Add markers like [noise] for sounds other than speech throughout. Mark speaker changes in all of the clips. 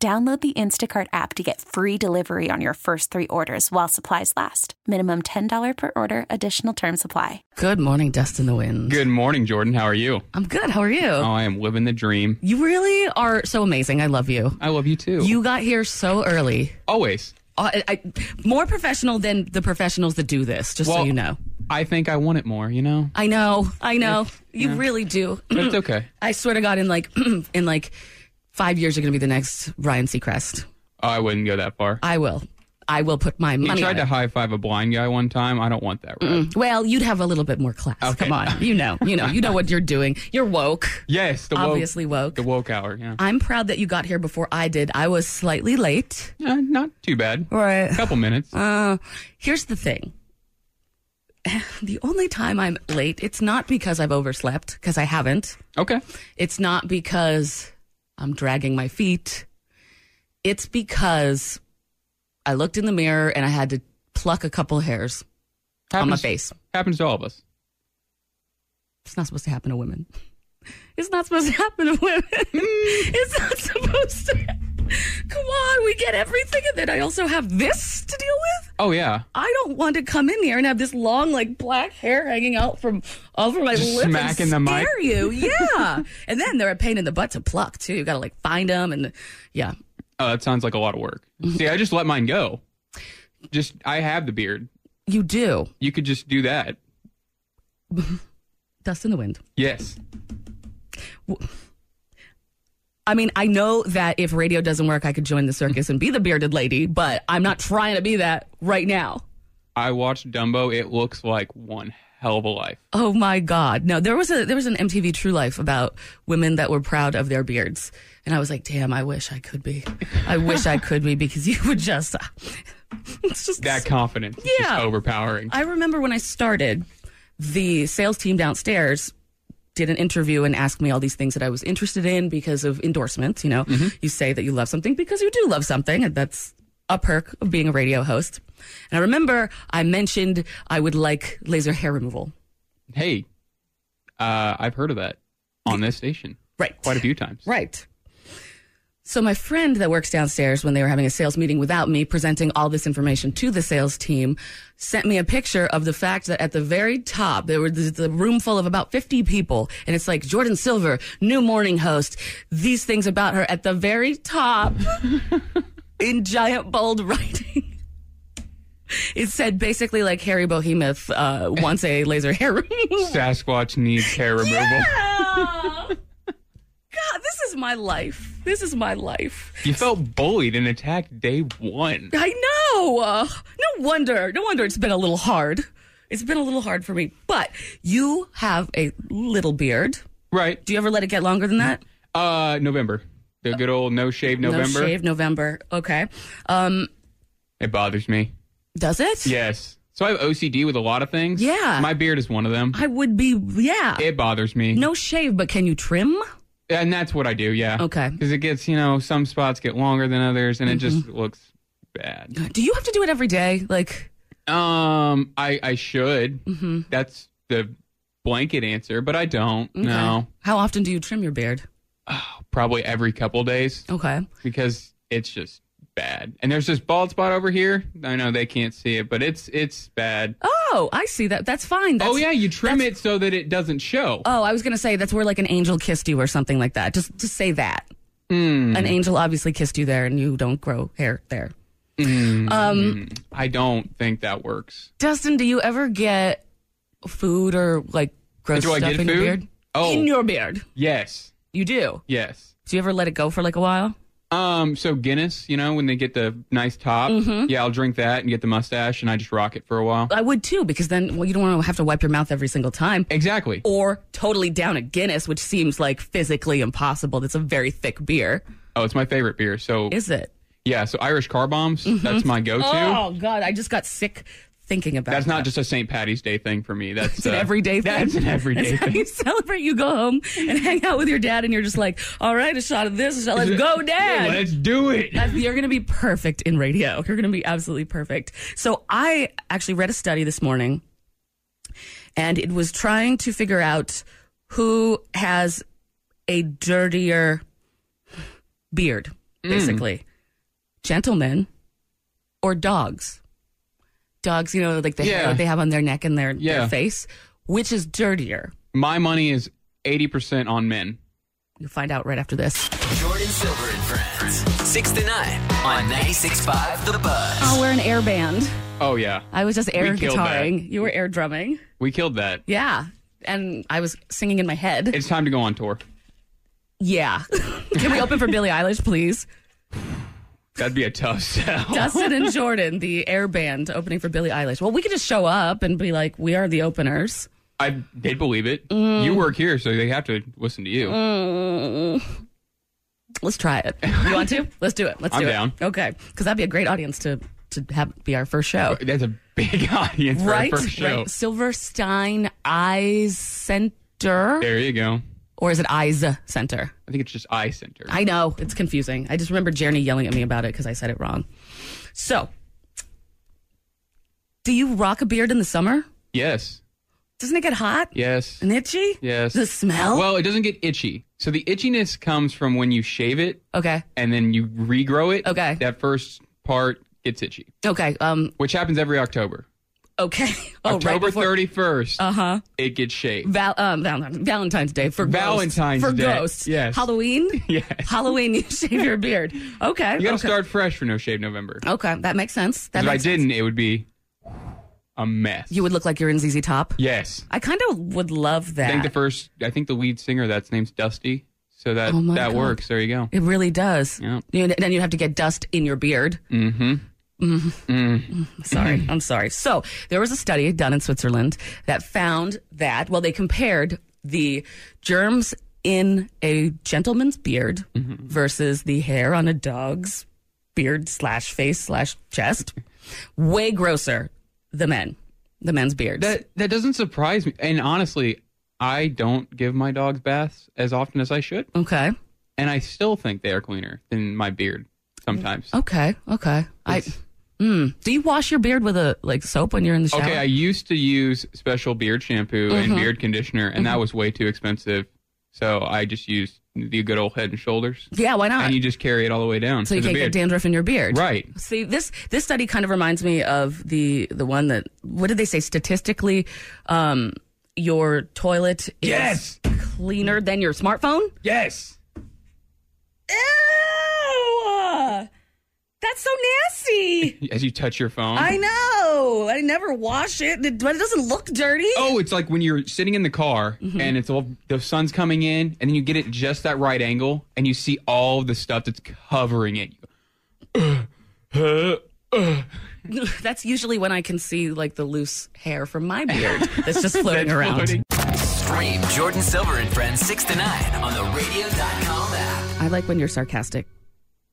Speaker 1: Download the Instacart app to get free delivery on your first three orders while supplies last. Minimum $10 per order, additional term supply.
Speaker 2: Good morning, Dust in the Wind.
Speaker 3: Good morning, Jordan. How are you?
Speaker 2: I'm good. How are you?
Speaker 3: Oh, I am living the dream.
Speaker 2: You really are so amazing. I love you.
Speaker 3: I love you too.
Speaker 2: You got here so early.
Speaker 3: always.
Speaker 2: Uh, I, I- more professional than the professionals that do this, just so
Speaker 3: Well-
Speaker 2: you know.
Speaker 3: I think I want it more, you know?
Speaker 2: I know. I know. You really do. [clears throat]
Speaker 3: But it's okay.
Speaker 2: I swear to God, in like [clears throat] in like five years, you're going to be the next Ryan Seacrest.
Speaker 3: Oh, I wouldn't go that far.
Speaker 2: I will. I will put my
Speaker 3: You
Speaker 2: money
Speaker 3: tried
Speaker 2: on
Speaker 3: to
Speaker 2: it. Mm.
Speaker 3: high five a blind guy one time. I don't want that, right?
Speaker 2: Well, you'd have a little bit more class.
Speaker 3: Okay.
Speaker 2: Come on. You know. You know. You know what you're doing. You're woke.
Speaker 3: Yes, the
Speaker 2: Obviously woke.
Speaker 3: woke. The woke hour, yeah.
Speaker 2: I'm proud that you got here before I did. I was slightly late.
Speaker 3: Eh, not too bad.
Speaker 2: Right.
Speaker 3: A couple minutes.
Speaker 2: Uh, here's the thing. [sighs] The only time I'm late, it's not because I've overslept, because I haven't.
Speaker 3: Okay.
Speaker 2: It's not because I'm dragging my feet. It's because I looked in the mirror and I had to pluck a couple hairs on my face.
Speaker 3: Happens to all of us.
Speaker 2: It's not supposed to happen to women. It's not supposed to happen to women. it's not supposed to. [laughs] Come on, we get everything, and then I also have this to deal with.
Speaker 3: Oh, yeah.
Speaker 2: I don't want to come in here and have this long, like black hair hanging out from over my
Speaker 3: Just
Speaker 2: lip and
Speaker 3: smacking the mic.
Speaker 2: scare
Speaker 3: [laughs]
Speaker 2: you. Yeah, and then they're a pain in the butt to pluck too. You got to like find them, and yeah,
Speaker 3: Oh, that sounds like a lot of work.
Speaker 2: Mm-hmm.
Speaker 3: See, I just let mine go. Just, I have the beard.
Speaker 2: you do
Speaker 3: You could just do that.
Speaker 2: dust in the wind.
Speaker 3: Yes.
Speaker 2: I mean, I know that if radio doesn't work, I could join the circus and be the bearded lady, but I'm not trying to be that right now.
Speaker 3: I watched Dumbo. It looks like one hell of a life.
Speaker 2: Oh my God! No, there was a there was an MTV True Life about women that were proud of their beards, and I was like, damn, I wish I could be. I wish I could be because you would just. [laughs] It's just
Speaker 3: That confidence is
Speaker 2: Yeah.
Speaker 3: just overpowering.
Speaker 2: I remember when I started, the sales team downstairs did an interview and asked me all these things that I was interested in because of endorsements. You know, you say that you love something because you do love something, and that's a perk of being a radio host. And I remember I mentioned I would like laser hair removal.
Speaker 3: hey, uh, I've heard of that on this station
Speaker 2: Right.
Speaker 3: quite a few times.
Speaker 2: Right. So my friend that works downstairs when they were having a sales meeting without me presenting all this information to the sales team sent me a picture of the fact that at the very top there was this- the room full of about 50 people and it's like Jordan Silver, new morning host, these things about her at the very top in giant bold writing. It said basically like Harry Bohemoth uh, wants a laser hair removal.
Speaker 3: Sasquatch needs hair removal.
Speaker 2: Yeah! [laughs] God, this is my life. This is my life.
Speaker 3: You felt bullied and attacked day one.
Speaker 2: I know. Uh, no wonder. No wonder it's been a little hard. It's been a little hard for me. But you have a little beard.
Speaker 3: Right.
Speaker 2: Do you ever let it get longer than that?
Speaker 3: Uh, November. The good old no shave November.
Speaker 2: No shave November. Okay. Um,
Speaker 3: It bothers me.
Speaker 2: does it?
Speaker 3: Yes. So I have OCD with a lot of things.
Speaker 2: Yeah.
Speaker 3: My beard is one of them.
Speaker 2: I would be. Yeah.
Speaker 3: It bothers me.
Speaker 2: no shave, but can you trim?
Speaker 3: And that's what I do, yeah.
Speaker 2: Okay. Mm-hmm.
Speaker 3: Because it gets, you know, some spots get longer than others and it just looks bad.
Speaker 2: Do you have to do it every day? Like,
Speaker 3: Um, I, I should.
Speaker 2: Mm-hmm.
Speaker 3: That's the blanket answer, but I don't. No.
Speaker 2: how often do you trim your beard?
Speaker 3: probably every couple days
Speaker 2: Okay.
Speaker 3: because it's just bad. And there's this bald spot over here. I know they can't see it, but it's it's bad.
Speaker 2: Oh, I see that. That's fine. That's,
Speaker 3: oh yeah, you trim it so that it doesn't show.
Speaker 2: Oh, I was gonna say that's where like an angel kissed you or something like that. Just just say that.
Speaker 3: Hmm.
Speaker 2: An
Speaker 3: Mm.
Speaker 2: angel obviously kissed you there, and you don't grow hair there. Um,
Speaker 3: I don't think that works.
Speaker 2: Dustin, do you ever get food or like gross
Speaker 3: Do I
Speaker 2: stuff
Speaker 3: get
Speaker 2: in your
Speaker 3: food?
Speaker 2: beard?
Speaker 3: Oh.
Speaker 2: In your beard,
Speaker 3: Yes.
Speaker 2: you do.
Speaker 3: Yes.
Speaker 2: Do you ever let it go for like a while?
Speaker 3: Um so Guinness, you know, when they get the nice top,
Speaker 2: Mm-hmm.
Speaker 3: yeah, I'll drink that and get the mustache and I just rock it for a while.
Speaker 2: I would too, because then well, you don't want to have to wipe your mouth every single time.
Speaker 3: Exactly.
Speaker 2: Or totally down at Guinness, which seems like physically impossible. That's a very thick beer,
Speaker 3: Oh, it's my favorite beer. So
Speaker 2: is it? Mm-hmm.
Speaker 3: Yeah, so Irish car bombs, that's my go to.
Speaker 2: Oh God, I just got sick thinking about.
Speaker 3: That's
Speaker 2: that.
Speaker 3: not just a St. Patty's Day thing for me. That's uh,
Speaker 2: It's an everyday thing.
Speaker 3: That's an everyday
Speaker 2: That's how [laughs]
Speaker 3: thing.
Speaker 2: you celebrate. You go home and hang out with your dad, and you're just like, all right, a shot of this, a shot. Let's go, dad.
Speaker 3: Let's do it.
Speaker 2: That's- You're going to be perfect in radio. You're going to be absolutely perfect. So I actually read a study this morning, and it was trying to figure out who has a dirtier beard,
Speaker 3: Mm.
Speaker 2: basically, gentlemen or dogs. Dogs, you know, like the hair
Speaker 3: Yeah.
Speaker 2: that they have on their neck and their,
Speaker 3: Yeah.
Speaker 2: their face. Which is dirtier?
Speaker 3: My money is 80% on men.
Speaker 2: You'll find out right after this.
Speaker 4: Jordan Silver and Friends. 6 to 9 on 96.5 The Buzz.
Speaker 2: Oh, we're an air band.
Speaker 3: Oh, yeah.
Speaker 2: I was just air
Speaker 3: We killed that.
Speaker 2: guitaring. You were air drumming.
Speaker 3: We killed that.
Speaker 2: Yeah. And I was singing in my head.
Speaker 3: It's time to go on tour. [laughs]
Speaker 2: yeah. Can we open for Billie Eilish, please?
Speaker 3: That'd be a tough [laughs] sell.
Speaker 2: Dustin and Jordan, the air band opening for Billie Eilish. Well, we could just show up and be like, we are the openers.
Speaker 3: I, they'd believe it. You work here, so they have to listen to you.
Speaker 2: Mm. Let's try it. You want to? Let's do it. Let's
Speaker 3: I'm
Speaker 2: do
Speaker 3: down.
Speaker 2: it. Okay. Because that'd be a great audience to, to have be our first show.
Speaker 3: That's a big [laughs] audience
Speaker 2: Right?
Speaker 3: for a first show.
Speaker 2: right. Silverstein Eyes Center.
Speaker 3: There you go.
Speaker 2: Or is it Eyes Center?
Speaker 3: I think it's just eye center.
Speaker 2: I know it's confusing. I just remember Jeremy yelling at me about it because I said it wrong. So, do you rock a beard in the summer?
Speaker 3: yes.
Speaker 2: Doesn't it get hot
Speaker 3: Yes.
Speaker 2: and itchy?
Speaker 3: Yes.
Speaker 2: The smell.
Speaker 3: Well, it doesn't get itchy. So the itchiness comes from when you shave it
Speaker 2: okay.
Speaker 3: and then you regrow it.
Speaker 2: Okay.
Speaker 3: That first part gets itchy,
Speaker 2: Okay. Um.
Speaker 3: which happens every October.
Speaker 2: Okay. [laughs] Oh, right
Speaker 3: October
Speaker 2: before Uh,
Speaker 3: 31st, uh-huh. it gets shaved.
Speaker 2: Val- um, Val- Valentine's Day for
Speaker 3: Valentine's
Speaker 2: ghosts. for
Speaker 3: Day.
Speaker 2: ghosts.
Speaker 3: Yes.
Speaker 2: Halloween.
Speaker 3: [laughs] Yes.
Speaker 2: Halloween. You [laughs] shave your beard. Okay.
Speaker 3: You got to
Speaker 2: okay.
Speaker 3: start fresh for No Shave November. 'Cause
Speaker 2: Okay, that makes sense. That
Speaker 3: if I
Speaker 2: makes sense.
Speaker 3: didn't, it would be a mess.
Speaker 2: you would look like you're in ZZ Top.
Speaker 3: Yes.
Speaker 2: I kind of would love that.
Speaker 3: I think the first, I think the lead singer that's name's Dusty. So that
Speaker 2: Oh my
Speaker 3: that
Speaker 2: God.
Speaker 3: works. There you go.
Speaker 2: It really does.
Speaker 3: Yeah.
Speaker 2: You know, then you have to get dust in your
Speaker 3: [laughs]
Speaker 2: beard. Mm-hmm. Sorry, I'm sorry. So there was a study done in Switzerland that found that well, they compared the germs in a gentleman's beard
Speaker 3: Mm-hmm.
Speaker 2: versus the hair on a dog's beard slash face slash chest. Way grosser the men, the men's beards.
Speaker 3: That that doesn't surprise me. And honestly, I don't give my dogs baths as often as I should,
Speaker 2: okay,
Speaker 3: and I still think they are cleaner than my beard sometimes.
Speaker 2: okay, okay. Oh, I. Mm. Do you wash your beard with a like soap when you're in the shower?
Speaker 3: Okay, I used to use special beard shampoo and
Speaker 2: Uh-huh.
Speaker 3: beard conditioner, and that was way too expensive. So I just used the good old Head and Shoulders,
Speaker 2: yeah, why not?
Speaker 3: and you just carry it all the way down
Speaker 2: so you
Speaker 3: to the
Speaker 2: can't get
Speaker 3: beard.
Speaker 2: dandruff in your beard.
Speaker 3: right.
Speaker 2: See this this study kind of reminds me of the the one that what did they say statistically um your toilet is
Speaker 3: Yes.
Speaker 2: cleaner than your smartphone?
Speaker 3: Yes.
Speaker 2: Ew! That's so nasty.
Speaker 3: As you touch your phone.
Speaker 2: I know. I never wash it, but it doesn't look dirty.
Speaker 3: Oh, it's like when you're sitting in the car
Speaker 2: Mm-hmm.
Speaker 3: and it's all the sun's coming in, and then you get it just that right angle, and you see all the stuff that's covering it. You go, "Ugh, ugh, ugh."
Speaker 2: [laughs] That's usually when I can see like the loose hair from my beard that's [laughs] just floating
Speaker 3: That's
Speaker 2: around.
Speaker 3: floating.
Speaker 4: Stream Jordan Silver and Friends 6 to 9 on the radio.com app.
Speaker 2: I like when you're sarcastic,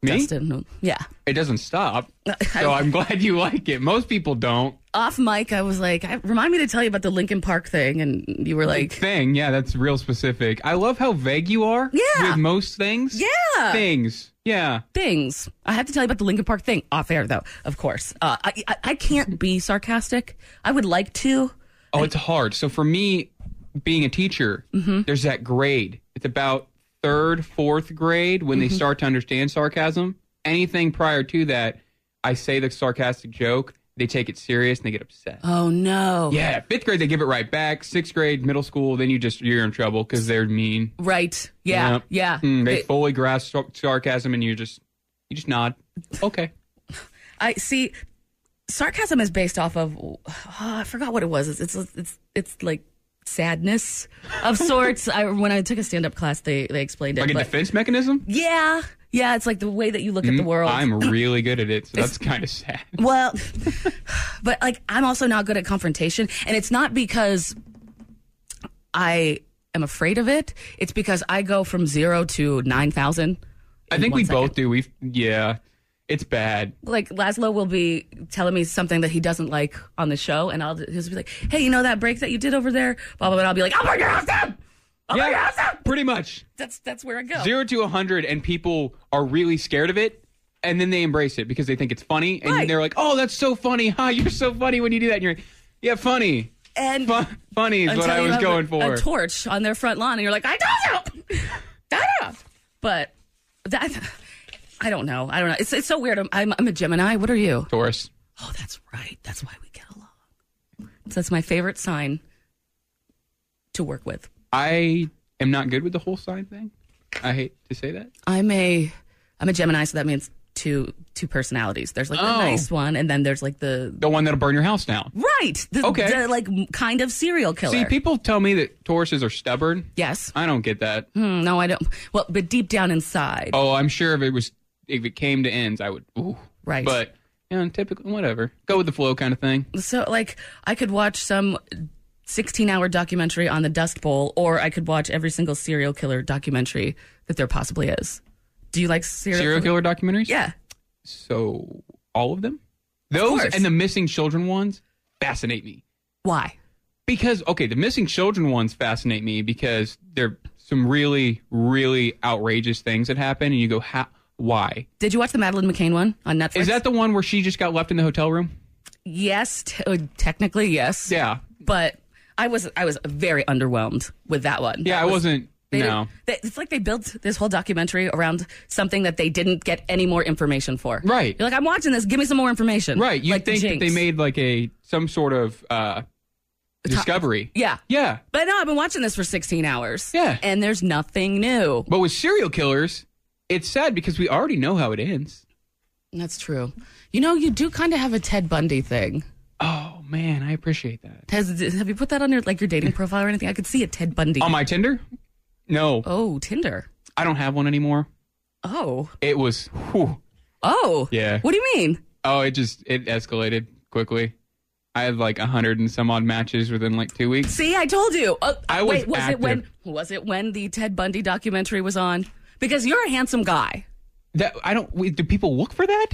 Speaker 3: Me?
Speaker 2: Dustin. Yeah.
Speaker 3: It
Speaker 2: [laughs]
Speaker 3: doesn't stop. So I'm glad you like it. Most people don't.
Speaker 2: off mic, I was like, I, remind me to tell you about the Lincoln Park thing. And you were like,
Speaker 3: Thing, yeah, that's real specific. I love how vague you are
Speaker 2: Yeah.
Speaker 3: with most things.
Speaker 2: Yeah.
Speaker 3: Things. Yeah.
Speaker 2: things. I have to tell you about the Lincoln Park thing off air, though, of course. Uh, I, I, I can't be sarcastic. I would like to.
Speaker 3: Oh, it's hard. So for me, being a teacher,
Speaker 2: Mm-hmm.
Speaker 3: there's that grade. It's about third, fourth grade when
Speaker 2: Mm-hmm.
Speaker 3: they start to understand sarcasm. Anything prior to that, I say the sarcastic joke, they take it serious and they get upset.
Speaker 2: Oh, no.
Speaker 3: yeah, fifth grade they give it right back. Sixth grade, middle school, then you just you're in trouble because they're mean.
Speaker 2: Right. Yeah.
Speaker 3: Yep.
Speaker 2: Yeah.
Speaker 3: Mm, they,
Speaker 2: They-
Speaker 3: fully grasp sar- sarcasm, and you just you just nod. Okay,
Speaker 2: I see. Sarcasm is based off of oh, I forgot what it was. It's it's it's, it's like sadness
Speaker 3: [laughs]
Speaker 2: of sorts. I, when I took a stand up class, they they explained it.
Speaker 3: like a
Speaker 2: but-
Speaker 3: defense mechanism.
Speaker 2: yeah, yeah. It's like the way that you look at
Speaker 3: Mm-hmm.
Speaker 2: the world.
Speaker 3: I'm really good at it, so that's kind
Speaker 2: [laughs]
Speaker 3: of sad.
Speaker 2: Well, but like I'm also not good at confrontation, and it's not because I am afraid of it. It's because I go from zero to nine thousand.
Speaker 3: I think
Speaker 2: one
Speaker 3: we
Speaker 2: second.
Speaker 3: both do. We've yeah. It's bad.
Speaker 2: like Laszlo will be telling me something that he doesn't like on the show, and I'll he'll be like, "Hey, you know that break that you did over there?" Blah blah. blah. And I'll be like, "Oh my god, awesome! Oh my god, Oh. awesome!"
Speaker 3: pretty much.
Speaker 2: That's that's where I go.
Speaker 3: Zero to a 100, and people are really scared of it, and then they embrace it because they think it's funny, and
Speaker 2: Right.
Speaker 3: they're like, oh, that's so funny. [laughs] Huh? You're so funny when you do that. And you're like, yeah, funny.
Speaker 2: and
Speaker 3: Fu- funny is what
Speaker 2: until
Speaker 3: I
Speaker 2: you
Speaker 3: was
Speaker 2: have
Speaker 3: going
Speaker 2: a,
Speaker 3: for.
Speaker 2: A torch on their front lawn, and you're like, "I don't know, I don't know." But that I don't know. I don't know. It's it's so weird. I'm I'm, I'm a Gemini. What are you?
Speaker 3: Taurus.
Speaker 2: Oh, that's right. That's why we get along. So that's my favorite sign to work with.
Speaker 3: I am not good with the whole sign thing. I hate to say that.
Speaker 2: I'm a I'm a Gemini, so that means two two personalities. There's like the
Speaker 3: Oh.
Speaker 2: nice one, and then there's like the
Speaker 3: The one that'll burn your house down.
Speaker 2: right. The,
Speaker 3: Okay.
Speaker 2: the, like m- kind of serial killer.
Speaker 3: See, people tell me that Tauruses are stubborn.
Speaker 2: yes.
Speaker 3: I don't get that.
Speaker 2: Hmm, no, I don't. Well, but deep down inside,
Speaker 3: Oh, I'm sure if it was if it came to ends, I would. Ooh.
Speaker 2: Right.
Speaker 3: But you know, typically, whatever, go with the flow kind of thing.
Speaker 2: so like I could watch some. 16 hour documentary on the Dust Bowl, or I could watch every single serial killer documentary that there possibly is. Do you like serial,
Speaker 3: Serial killer documentaries.
Speaker 2: Yeah.
Speaker 3: So all of them. Those
Speaker 2: course.
Speaker 3: and the missing children ones fascinate me
Speaker 2: Why?
Speaker 3: because okay, the missing children ones fascinate me because they're some really, really outrageous things that happen, and you go, how, why?
Speaker 2: Did you watch the Madeline McCain one on Netflix?
Speaker 3: Is that the one where she just got left in the hotel room?
Speaker 2: yes? T- uh, technically, yes.
Speaker 3: Yeah.
Speaker 2: but I was I was very underwhelmed with that one.
Speaker 3: Yeah,
Speaker 2: That
Speaker 3: I
Speaker 2: was-
Speaker 3: wasn't.
Speaker 2: They
Speaker 3: no.
Speaker 2: didn't- They, it's like they built this whole documentary around something that they didn't get any more information for.
Speaker 3: Right.
Speaker 2: You're like, I'm watching this. Give me some more information.
Speaker 3: Right. You
Speaker 2: Like the
Speaker 3: think that they
Speaker 2: Jinx.
Speaker 3: made like a some sort of uh, discovery.
Speaker 2: Yeah.
Speaker 3: Yeah.
Speaker 2: But no, I've been watching this for 16 hours.
Speaker 3: Yeah.
Speaker 2: And there's nothing new.
Speaker 3: But with serial killers, it's sad because we already know how it ends.
Speaker 2: That's true. You know, you do kind of have a Ted Bundy thing.
Speaker 3: Oh man, I appreciate that.
Speaker 2: Has, have you put that on your like your [laughs] dating profile or anything? I could see a Ted Bundy.
Speaker 3: On my Tinder? No,
Speaker 2: oh, Tinder.
Speaker 3: I don't have one anymore.
Speaker 2: Oh.
Speaker 3: It was whew.
Speaker 2: Oh.
Speaker 3: Yeah.
Speaker 2: What do you mean?
Speaker 3: Oh, it just it escalated quickly. I had like a hundred and some odd matches within like two weeks.
Speaker 2: See, I told you. Uh,
Speaker 3: I was
Speaker 2: wait, was it when
Speaker 3: active.
Speaker 2: was it when the Ted Bundy documentary was on? Because you're a handsome guy.
Speaker 3: That I don't. Wait, do people look for that?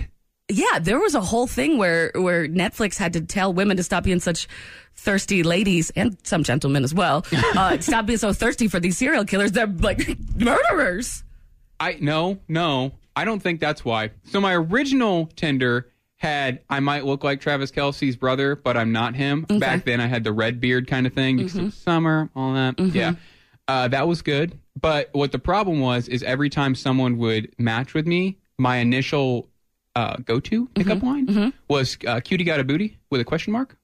Speaker 2: Yeah, there was a whole thing where where Netflix had to tell women to stop being such thirsty ladies and some gentlemen as
Speaker 3: [laughs]
Speaker 2: well. Uh, stop being so thirsty for these serial killers. They're like murderers.
Speaker 3: I no no. I don't think that's why. So my original Tinder had I might look like Travis Kelsey's brother, but I'm not him. Back then, I had the red beard kind of thing because it was summer, all that. Yeah, uh, that was good. But what the problem was is every time someone would match with me, my initial uh, go-to pickup line was uh, "Cutie got a booty" with a question mark,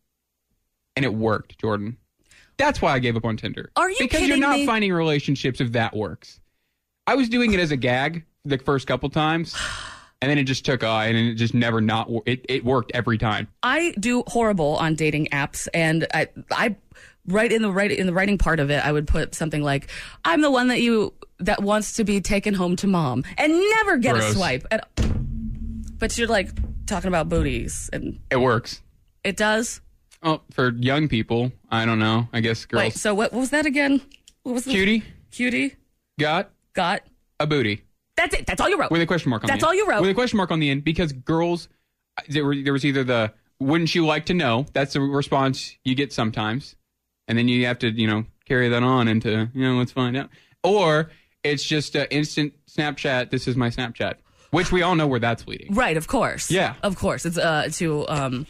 Speaker 3: and it worked, Jordan. That's why I gave up on Tinder.
Speaker 2: Are you
Speaker 3: because you're
Speaker 2: kidding
Speaker 3: not
Speaker 2: me?
Speaker 3: finding relationships if that works. I was doing it as a gag the first couple times, and then it just took on, and it just never not wor- it it worked every time.
Speaker 2: I do horrible on dating apps, and I, I right in the right in the writing part of it, I would put something like, "I'm the one that you that wants to be taken home to mom," and never get a
Speaker 3: Gross.
Speaker 2: swipe. And, but you're like talking about booties, and
Speaker 3: It works.
Speaker 2: it does.
Speaker 3: Oh, for young people, I don't know. I guess girls.
Speaker 2: Wait, so what, what was that again? What was the
Speaker 3: Cutie
Speaker 2: Cutie
Speaker 3: got
Speaker 2: got.
Speaker 3: a booty
Speaker 2: That's it. That's all you wrote.
Speaker 3: with a question mark on.
Speaker 2: That's
Speaker 3: the end.
Speaker 2: all you wrote.
Speaker 3: with a question mark on the end because girls uh, there, were, there was either the wouldn't you like to know that's the response you get sometimes, and then you have to you know carry that on into you know let's find out or it's just an instant Snapchat. This is my Snapchat, which we all know where that's leading.
Speaker 2: right, of course.
Speaker 3: Yeah.
Speaker 2: of course. It's uh to um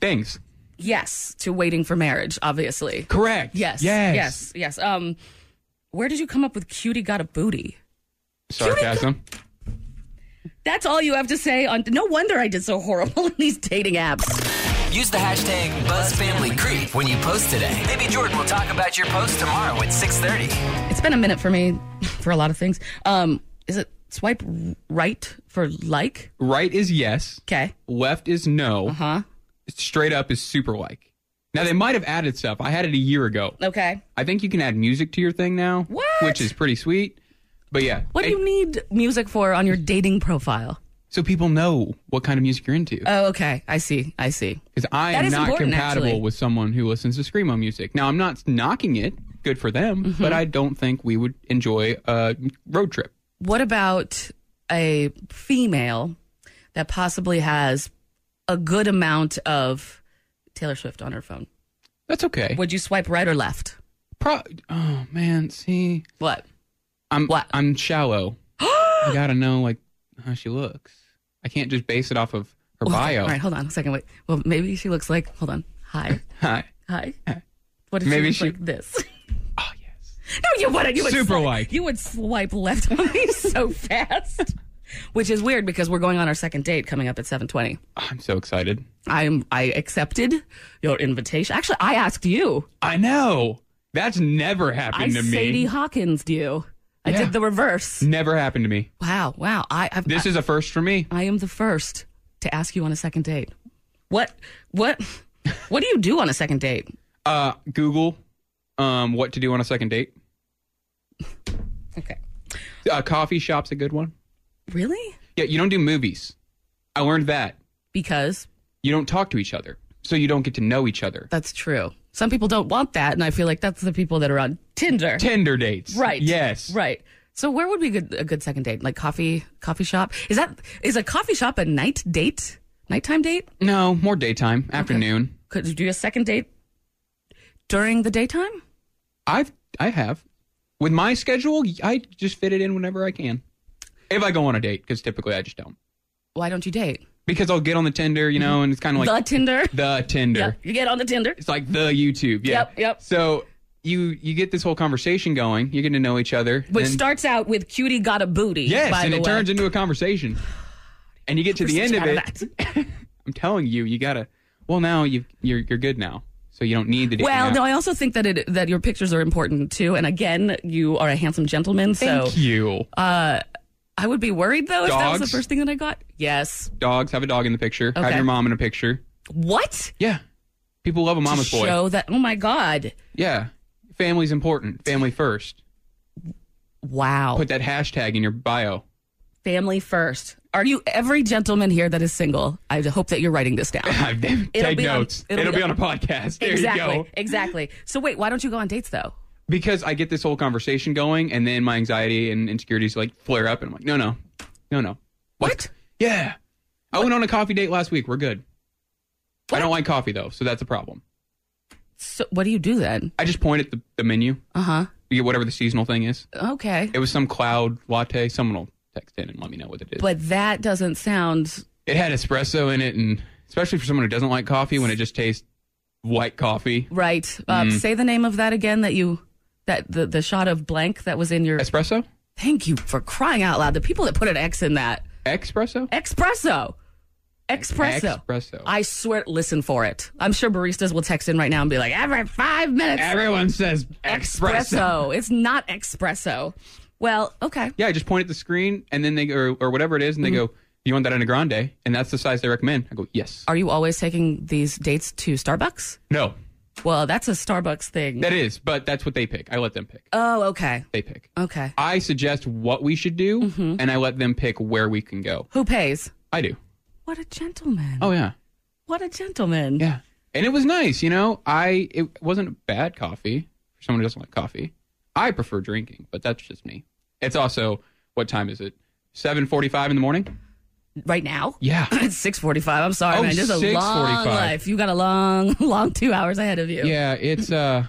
Speaker 3: Thanks.
Speaker 2: yes to waiting for marriage, obviously.
Speaker 3: Correct.
Speaker 2: Yes.
Speaker 3: Yes.
Speaker 2: Yes. Yes. Um, where did you come up with cutie got a booty?
Speaker 3: Sarcasm.
Speaker 2: That's all you have to say on. No wonder I did so horrible [laughs] on these dating apps.
Speaker 4: Use the hashtag BuzzFamilyCreep when you post today. Maybe Jordan will talk about your post tomorrow at 6.30.
Speaker 2: It's been a minute for me [laughs] for a lot of things. Um, is it swipe right for like?
Speaker 3: Right is yes.
Speaker 2: Okay.
Speaker 3: Left is no. Uh
Speaker 2: Huh?
Speaker 3: Straight up is super like. Now they might have added stuff. I had it a year ago.
Speaker 2: Okay.
Speaker 3: I think you can add music to your thing now,
Speaker 2: What?
Speaker 3: which is pretty sweet. But yeah,
Speaker 2: What do
Speaker 3: It-
Speaker 2: you need music for on your dating profile?
Speaker 3: so people know what kind of music you're into.
Speaker 2: Oh, okay. I see. I see.
Speaker 3: Because I
Speaker 2: that
Speaker 3: am
Speaker 2: is
Speaker 3: not
Speaker 2: important,
Speaker 3: compatible
Speaker 2: actually.
Speaker 3: with someone who listens to screamo music. Now I'm not knocking it. Good for them,
Speaker 2: Mm-hmm.
Speaker 3: but I don't think we would enjoy a road trip.
Speaker 2: What about a female that possibly has a good amount of Taylor Swift on her phone?
Speaker 3: That's okay.
Speaker 2: Would you swipe right or left?
Speaker 3: Pro- oh man, see,
Speaker 2: What?
Speaker 3: I'm
Speaker 2: What? [gasps]
Speaker 3: I'm shallow. I gotta know like how she looks. I can't just base it off of her
Speaker 2: Okay,
Speaker 3: bio.
Speaker 2: All right, hold on a second. Wait. Well, maybe she looks like. Hold on. Hi.
Speaker 3: Hi.
Speaker 2: Hi. What if
Speaker 3: Maybe
Speaker 2: she
Speaker 3: she-
Speaker 2: looks like
Speaker 3: [laughs]
Speaker 2: this? [laughs]
Speaker 3: Oh yes.
Speaker 2: No, you wouldn't. You would
Speaker 3: Super
Speaker 2: swipe,
Speaker 3: like.
Speaker 2: You would swipe left [laughs] on me so fast, which is weird because we're going on our second date coming up at seven twenty.
Speaker 3: [laughs] I'm so excited.
Speaker 2: I'm I accepted your invitation. Actually, I asked you.
Speaker 3: I know. That's never happened
Speaker 2: I
Speaker 3: to me.
Speaker 2: Sadie Hawkins you. I
Speaker 3: Yeah.
Speaker 2: did the reverse.
Speaker 3: Never happened to me.
Speaker 2: Wow, wow. I I've,
Speaker 3: This is a first for me.
Speaker 2: I am the first to ask you on a second date. What what what do you do on a second date?
Speaker 3: Uh, Google, um, what to do on a second date.
Speaker 2: Okay.
Speaker 3: Uh, coffee shop's a good one.
Speaker 2: Really?
Speaker 3: Yeah, you don't do movies. I learned that
Speaker 2: Because
Speaker 3: you don't talk to each other, so you don't get to know each other.
Speaker 2: that's true. Some people don't want that and I feel like that's the people that are on Tinder.
Speaker 3: Tinder dates,
Speaker 2: Right.
Speaker 3: Yes,
Speaker 2: Right. So where would be good, a good second date? Like coffee coffee shop? Is that is a coffee shop a night date? Nighttime date?
Speaker 3: No, more daytime, afternoon.
Speaker 2: Could you do a second date during the daytime?
Speaker 3: I've I have with my schedule, I just fit it in whenever I can. If I go on a date, because typically I just don't,
Speaker 2: Why don't you date?
Speaker 3: because I'll get on the Tinder, you know, and it's kind of
Speaker 2: Mm-hmm. the
Speaker 3: like [laughs]
Speaker 2: Tinder.
Speaker 3: the, Tinder.
Speaker 2: Yep, you get on the Tinder.
Speaker 3: It's like the YouTube. Yeah.
Speaker 2: Yep, yep.
Speaker 3: So you you get this whole conversation going. You're getting to know each other.
Speaker 2: Which
Speaker 3: and-
Speaker 2: starts out with cutie got a booty.
Speaker 3: Yes,
Speaker 2: by
Speaker 3: and
Speaker 2: the
Speaker 3: it
Speaker 2: way.
Speaker 3: turns into a conversation. And you get to the end of it. I'm telling you, you gotta. Well, now you you're you're good now, so you don't need the dating
Speaker 2: Well,
Speaker 3: app.
Speaker 2: no, I also think that it that your pictures are important too. And again, you are a handsome gentleman, so
Speaker 3: Thank you.
Speaker 2: Uh, I would be worried though if that was the
Speaker 3: Dogs?
Speaker 2: first thing that I got. Yes.
Speaker 3: Dogs have a dog in the picture. Have
Speaker 2: okay.
Speaker 3: your mom in a picture.
Speaker 2: What?
Speaker 3: Yeah, people love a mama's
Speaker 2: to
Speaker 3: boy.
Speaker 2: show that. Oh my God!
Speaker 3: Yeah, family's important. Family first.
Speaker 2: Wow.
Speaker 3: Put that hashtag in your bio. [laughs]
Speaker 2: Family first. Are you every gentleman here that is single? I hope that you're writing this down.
Speaker 3: I've take
Speaker 2: be on-
Speaker 3: notes.
Speaker 2: it'll be
Speaker 3: be on a podcast. [laughs] There
Speaker 2: exactly.
Speaker 3: you go.
Speaker 2: Exactly. So wait, why don't you go on dates though?
Speaker 3: because I get this whole conversation going, and then my anxiety and insecurities like flare up, and I'm like, no, no, no, no.
Speaker 2: What?
Speaker 3: Yeah, I went on a coffee date last week. We're good. I don't like coffee though, so that's a problem.
Speaker 2: So what do you do then?
Speaker 3: I just point at the, the menu,
Speaker 2: Uh huh.
Speaker 3: you get whatever the seasonal thing is.
Speaker 2: Okay.
Speaker 3: It was some cloud latte. Someone will text in and let me know what it is.
Speaker 2: But that doesn't sound
Speaker 3: it had espresso in it, and especially for someone who doesn't like coffee, when it just tastes white coffee,
Speaker 2: right. Um,
Speaker 3: Mm.
Speaker 2: Say the name of that again. That you that the the shot of blank that was in your.
Speaker 3: espresso,
Speaker 2: Thank you for crying out loud. The people that put an X in that
Speaker 3: espresso,
Speaker 2: espresso, espresso.
Speaker 3: espresso.
Speaker 2: I swear, listen for it. I'm sure baristas will text in right now and be like, every five minutes,
Speaker 3: Everyone says espresso.
Speaker 2: espresso. It's not espresso. Well, okay.
Speaker 3: Yeah, I just point at the screen and then they or, or whatever it is, and they go, "Do you want that in a grande?" And that's the size they recommend. I go, "Yes."
Speaker 2: Are you always taking these dates to Starbucks?
Speaker 3: No,
Speaker 2: Well, that's a Starbucks thing.
Speaker 3: that is, but that's what they pick. I let them pick.
Speaker 2: oh, okay.
Speaker 3: They pick.
Speaker 2: Okay.
Speaker 3: I suggest what we should do, and I let them pick where we can go.
Speaker 2: Who pays?
Speaker 3: I do.
Speaker 2: What a gentleman.
Speaker 3: Oh yeah,
Speaker 2: What a gentleman.
Speaker 3: yeah. And it was nice, you know. I it wasn't bad coffee for someone who doesn't like coffee. I prefer drinking, but that's just me. It's also what time is it? Seven forty-five in the morning.
Speaker 2: Right now? [laughs]
Speaker 3: Yeah.
Speaker 2: It's 645. I'm sorry,
Speaker 3: Oh,
Speaker 2: man. Just a long
Speaker 3: 6:45.
Speaker 2: life. You got a long, [laughs] long two hours ahead of you.
Speaker 3: Yeah, it's uh,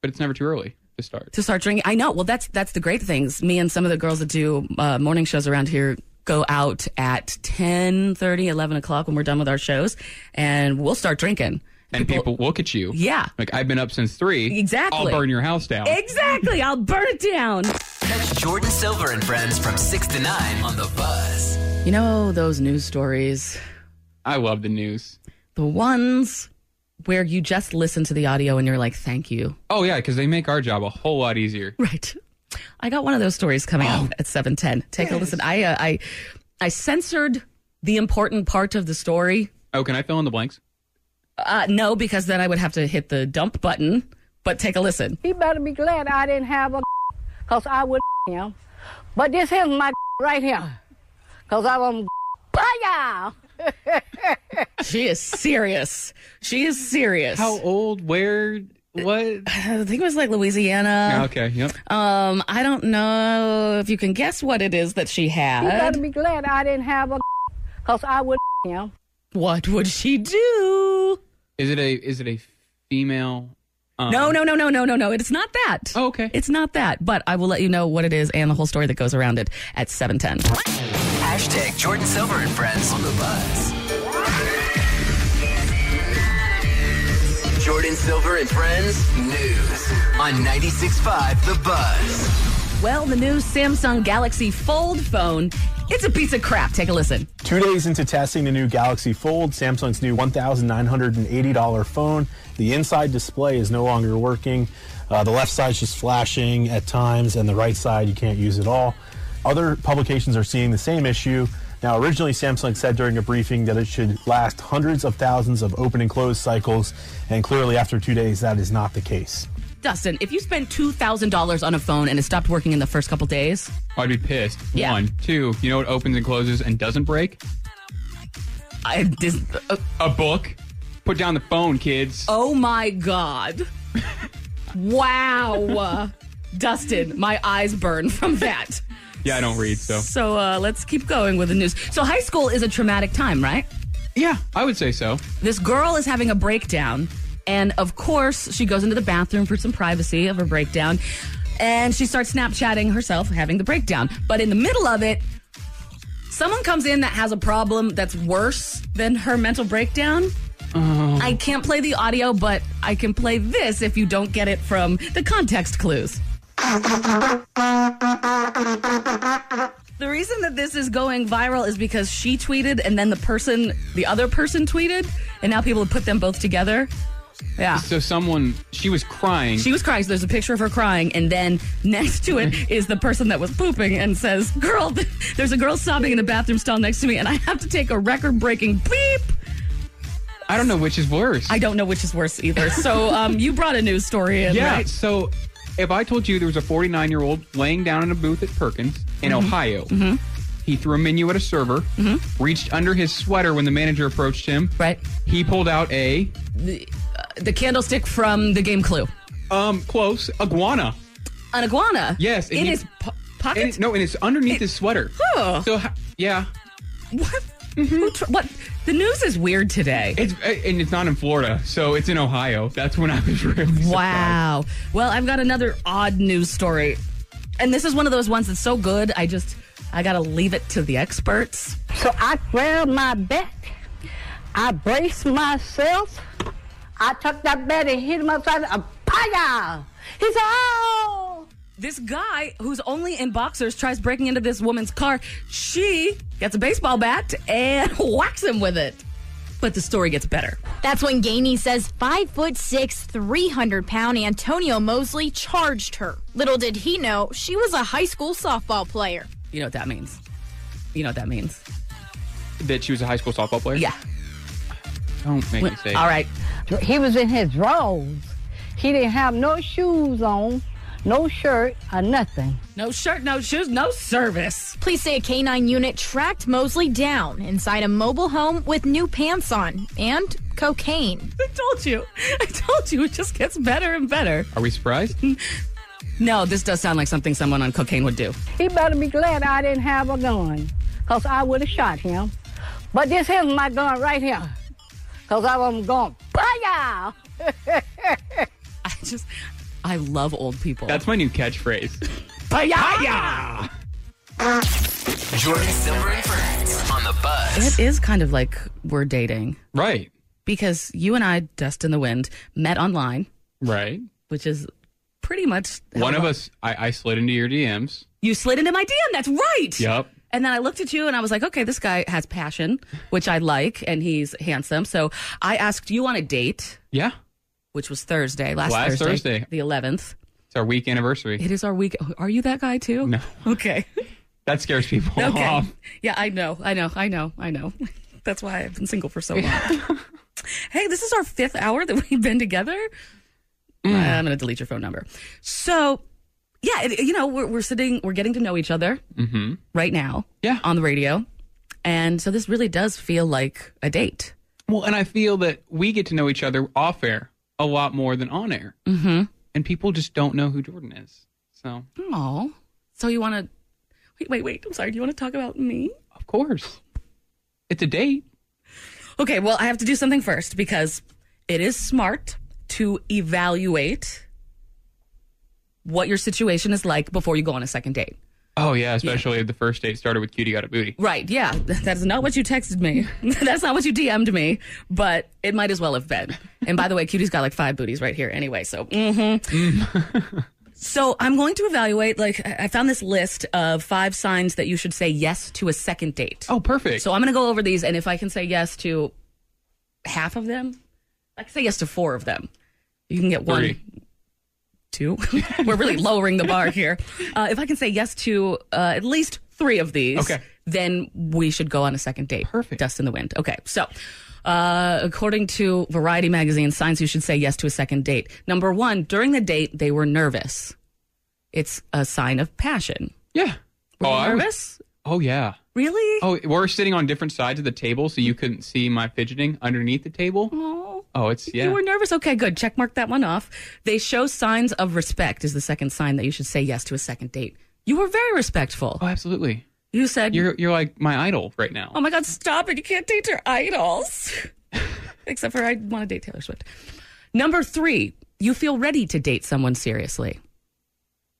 Speaker 3: but it's never too early to start.
Speaker 2: To start drinking. I know. Well, that's that's the great things. Me and some of the girls that do uh, morning shows around here go out at 10, 11 o'clock when we're done with our shows, and we'll start drinking.
Speaker 3: and people, look at you.
Speaker 2: Yeah.
Speaker 3: Like I've been up since three.
Speaker 2: Exactly.
Speaker 3: I'll burn your house down.
Speaker 2: Exactly. I'll burn it down.
Speaker 4: Catch Jordan Silver and friends from 6 to 9 on The Buzz.
Speaker 2: You know those news stories,
Speaker 3: I love the news.
Speaker 2: the ones where you just listen to the audio and you're like, "Thank you."
Speaker 3: Oh yeah, because they make our job a whole lot easier.
Speaker 2: [laughs] Right. I got one of those stories coming up at 7:10. Take a listen. I uh, I I censored the important part of the story.
Speaker 3: Oh, can I fill in the blanks?
Speaker 2: Uh, no, because then I would have to hit the dump button. But take a listen.
Speaker 5: He better be glad I didn't have a because I would him. But this is my right here because I was bye
Speaker 2: She is serious. She is serious.
Speaker 3: How old? Where? What?
Speaker 2: I think it was like Louisiana.
Speaker 3: okay. Yep.
Speaker 2: Um, I don't know if you can guess what it is that she
Speaker 5: You
Speaker 2: had.
Speaker 5: better be glad I didn't have a Cause I would him.
Speaker 2: What would she do?
Speaker 3: Is it a is it a female? Um,
Speaker 2: No, no, no, no, no, no, no. It's not that.
Speaker 3: Oh, okay.
Speaker 2: It's not that. But I will let you know what it is and the whole story that goes around it at 710.
Speaker 4: Hashtag Jordan Silver and friends on the buzz. Jordan Silver and friends news on 96.5 The Buzz.
Speaker 2: Well, the new Samsung Galaxy Fold phone, it's a piece of crap. Take a listen.
Speaker 6: Two days into testing the new Galaxy Fold, Samsung's new $1,980 phone, the inside display is no longer working. Uh, the left side's just flashing at times, and the right side you can't use at all. Other publications are seeing the same issue. Now, originally, Samsung said during a briefing that it should last hundreds of thousands of open and close cycles, and clearly, after two days, that is not the case.
Speaker 2: Dustin, if you spend $2,000 on a phone and it stopped working in the first couple days,
Speaker 3: I'd be pissed.
Speaker 2: Yeah.
Speaker 3: One, two. You know what opens and closes and doesn't break?
Speaker 2: I, this, uh,
Speaker 3: A book. Put down the phone, kids.
Speaker 2: oh my God. wow. [laughs] Dustin, my eyes burn from that.
Speaker 3: Yeah, I don't read, so
Speaker 2: So uh, let's keep going with the news. So, high school is a traumatic time, right?
Speaker 3: yeah, I would say so.
Speaker 2: This girl is having a breakdown. And of course, she goes into the bathroom for some privacy of her breakdown. And she starts Snapchatting herself having the breakdown. But in the middle of it, someone comes in that has a problem that's worse than her mental breakdown. I can't play the audio, but I can play this if you don't get it from the context clues. The reason that this is going viral is because she tweeted and then the person, the other person tweeted, and now people have put them both together. Yeah.
Speaker 3: So someone, she was crying.
Speaker 2: She was crying, so there's a picture of her crying, and then next to
Speaker 3: [laughs]
Speaker 2: it is the person that was pooping and says, Girl, [laughs] there's a girl sobbing in the bathroom stall next to me, and I have to take a record breaking beep.
Speaker 3: I don't know which is worse.
Speaker 2: I don't know which is worse either. So um, you brought a news story in,
Speaker 3: yeah.
Speaker 2: right?
Speaker 3: So if I told you there was a 49 year old laying down in a booth at Perkins in
Speaker 2: Mm-hmm.
Speaker 3: Ohio, he threw a menu at a server, reached under his sweater when the manager approached him.
Speaker 2: Right.
Speaker 3: He pulled out a
Speaker 2: Uh, The candlestick from the game Clue.
Speaker 3: um close iguana.
Speaker 2: An iguana.
Speaker 3: Yes, and
Speaker 2: In
Speaker 3: you-
Speaker 2: his po- pocket?
Speaker 3: And, no, and it's underneath his sweater.
Speaker 2: Oh.
Speaker 3: So ha- yeah,
Speaker 2: What? Who tr- what? The news is weird today.
Speaker 3: Mm-hmm. it's uh, and it's not in Florida, so it's in Ohio. That's when I was [laughs] really surprised.
Speaker 2: Wow. Well, I've got another odd news story. And this is one of those ones that's so good, I just, I gotta leave it to the experts.
Speaker 5: So I grabbed my bat. I braced myself. I took that bat and hit him upside a paya. He said, oh.
Speaker 2: This guy who's only in boxers tries breaking into this woman's car. She gets a baseball bat and [laughs] whacks him with it. But the story gets better.
Speaker 7: That's when Gainey says five foot six, 300 pound Antonio Mosley charged her. Little did he know she was a high school softball player.
Speaker 2: You know what that means. You know what that means.
Speaker 3: That she was a high school softball player.
Speaker 2: Yeah.
Speaker 3: Don't make me say.
Speaker 2: All right.
Speaker 5: He was in his drawers. He didn't have no shoes on, no shirt, or nothing.
Speaker 2: No shirt, no shoes, no service. [laughs]
Speaker 7: Police say a canine unit tracked Mosley down inside a mobile home with new pants on and cocaine.
Speaker 2: I told you. [laughs] I told you. It just gets better and better.
Speaker 3: Are
Speaker 2: [laughs]
Speaker 3: we surprised?
Speaker 2: No, this does sound like something someone on cocaine would do. [laughs]
Speaker 5: He better be glad I didn't have a gun, because I would have shot him. But this is my gun right here, because I was going, fire!
Speaker 2: I just, I love old people.
Speaker 3: That's my new catchphrase.
Speaker 4: Jordan Silver and friends on the buzz.
Speaker 2: it is kind of like we're dating
Speaker 3: right.
Speaker 2: because you and I, Dust in the Wind, met online,
Speaker 3: Right.
Speaker 2: which is pretty much how
Speaker 3: One of
Speaker 2: lo-
Speaker 3: us, I, I slid into your DMs.
Speaker 2: You slid into my DM. That's right.
Speaker 3: Yep.
Speaker 2: And then I looked at you and I was like, okay, this guy has passion, which I like, and he's handsome. So I asked you on a date,
Speaker 3: Yeah.
Speaker 2: which was Thursday, last,
Speaker 3: Last
Speaker 2: Thursday,
Speaker 3: Thursday.
Speaker 2: the 11th.
Speaker 3: It's our week anniversary.
Speaker 2: It is our week. Are you that guy too?
Speaker 3: No.
Speaker 2: Okay.
Speaker 3: That scares [laughs] people
Speaker 2: Okay.
Speaker 3: off.
Speaker 2: Yeah, I know. I know. I know. I know. [laughs] That's why I've been single for so long. [laughs] hey, this is our fifth hour that we've been together. Uh, I'm going to delete your phone number. So, yeah, it, you know, we're, we're sitting, we're getting to know each other
Speaker 3: Mm-hmm.
Speaker 2: right now
Speaker 3: Yeah.
Speaker 2: on the radio. And so this really does feel like a date.
Speaker 3: Well, and I feel that we get to know each other off air a lot more than on air. Mm-hmm. And people just don't know who Jordan is. So,
Speaker 2: Oh. So you want to, wait, wait, wait. I'm sorry. Do you want to talk about me?
Speaker 3: of course. It's a date.
Speaker 2: Okay, well, I have to do something first because it is smart to evaluate what your situation is like before you go on a second date.
Speaker 3: Oh yeah, especially if the first date started with cutie got a booty.
Speaker 2: Right, yeah. [laughs] That's not what you texted me. [laughs] That's not what you DM'd me, but it might as well have been. And by the way, Cutie's got like five booties right here anyway, so. hmm so I'm going to evaluate, like, I I found this list of five signs that you should say yes to a second date.
Speaker 3: Oh, perfect.
Speaker 2: So I'm going to go over these, and if I can say yes to half of them, I can say yes to four of them. You can get one,
Speaker 3: Three.
Speaker 2: two. [laughs] We're really lowering the bar here. Uh, if I can say yes to uh, at least three of these,
Speaker 3: Okay.
Speaker 2: then we should go on a second date.
Speaker 3: Perfect.
Speaker 2: Dust in the wind. Okay, so. Uh, according to Variety magazine, signs you should say yes to a second date. Number one, during the date, they were nervous. It's a sign of passion.
Speaker 3: yeah.
Speaker 2: Were
Speaker 3: oh,
Speaker 2: you
Speaker 3: I was-
Speaker 2: nervous?
Speaker 3: oh yeah.
Speaker 2: Really?
Speaker 3: Oh, we're sitting on different sides of the table, so you couldn't see my fidgeting underneath the table.
Speaker 2: Oh.
Speaker 3: Oh, it's yeah.
Speaker 2: You were nervous. Okay, good. Check mark that one off. They show signs of respect is the second sign that you should say yes to a second date. You were very respectful.
Speaker 3: oh, absolutely.
Speaker 2: You said,
Speaker 3: You're you're like my idol right now.
Speaker 2: "Oh my God, stop it! You can't date your idols." [laughs] Except for I want to date Taylor Swift. Number three, you feel ready to date someone seriously.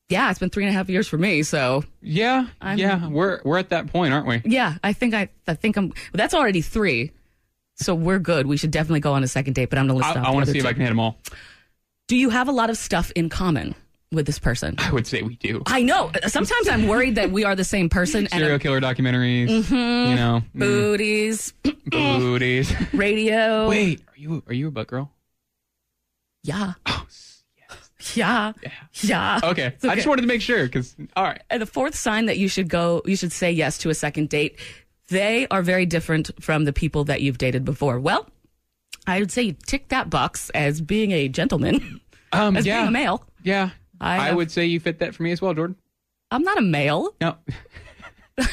Speaker 2: Yeah, it's been three and a half years for me, so
Speaker 3: yeah,
Speaker 2: I'm-
Speaker 3: yeah. We're we're at that point, aren't we?
Speaker 2: yeah, I think I, I think I'm. That's already three, so we're good. We should definitely go on a second date, but I'm gonna list
Speaker 3: I,
Speaker 2: off
Speaker 3: I
Speaker 2: the
Speaker 3: want to
Speaker 2: other
Speaker 3: see if
Speaker 2: two.
Speaker 3: I can hit them all.
Speaker 2: Do you have a lot of stuff in common with this person?
Speaker 3: I would say we do.
Speaker 2: I know. Sometimes I'm worried that we are the same person and
Speaker 3: Serial killer documentaries.
Speaker 2: Mm-hmm.
Speaker 3: You know, mm,
Speaker 2: booties,
Speaker 3: booties.
Speaker 2: radio.
Speaker 3: Wait, are you are you a butt girl?
Speaker 2: Yeah. yeah. Yeah.
Speaker 3: Oh, Okay. I just wanted to make sure because all right.
Speaker 2: And the fourth sign that you should go, you should say yes to a second date. They are very different from the people that you've dated before. Well, I would say you tick that box as being a gentleman, [laughs]
Speaker 3: Um,
Speaker 2: as
Speaker 3: yeah,
Speaker 2: being a male.
Speaker 3: yeah.
Speaker 2: I
Speaker 3: I,
Speaker 2: have-
Speaker 3: would say you fit that for me as well, Jordan.
Speaker 2: I'm not a male. [laughs]
Speaker 3: No,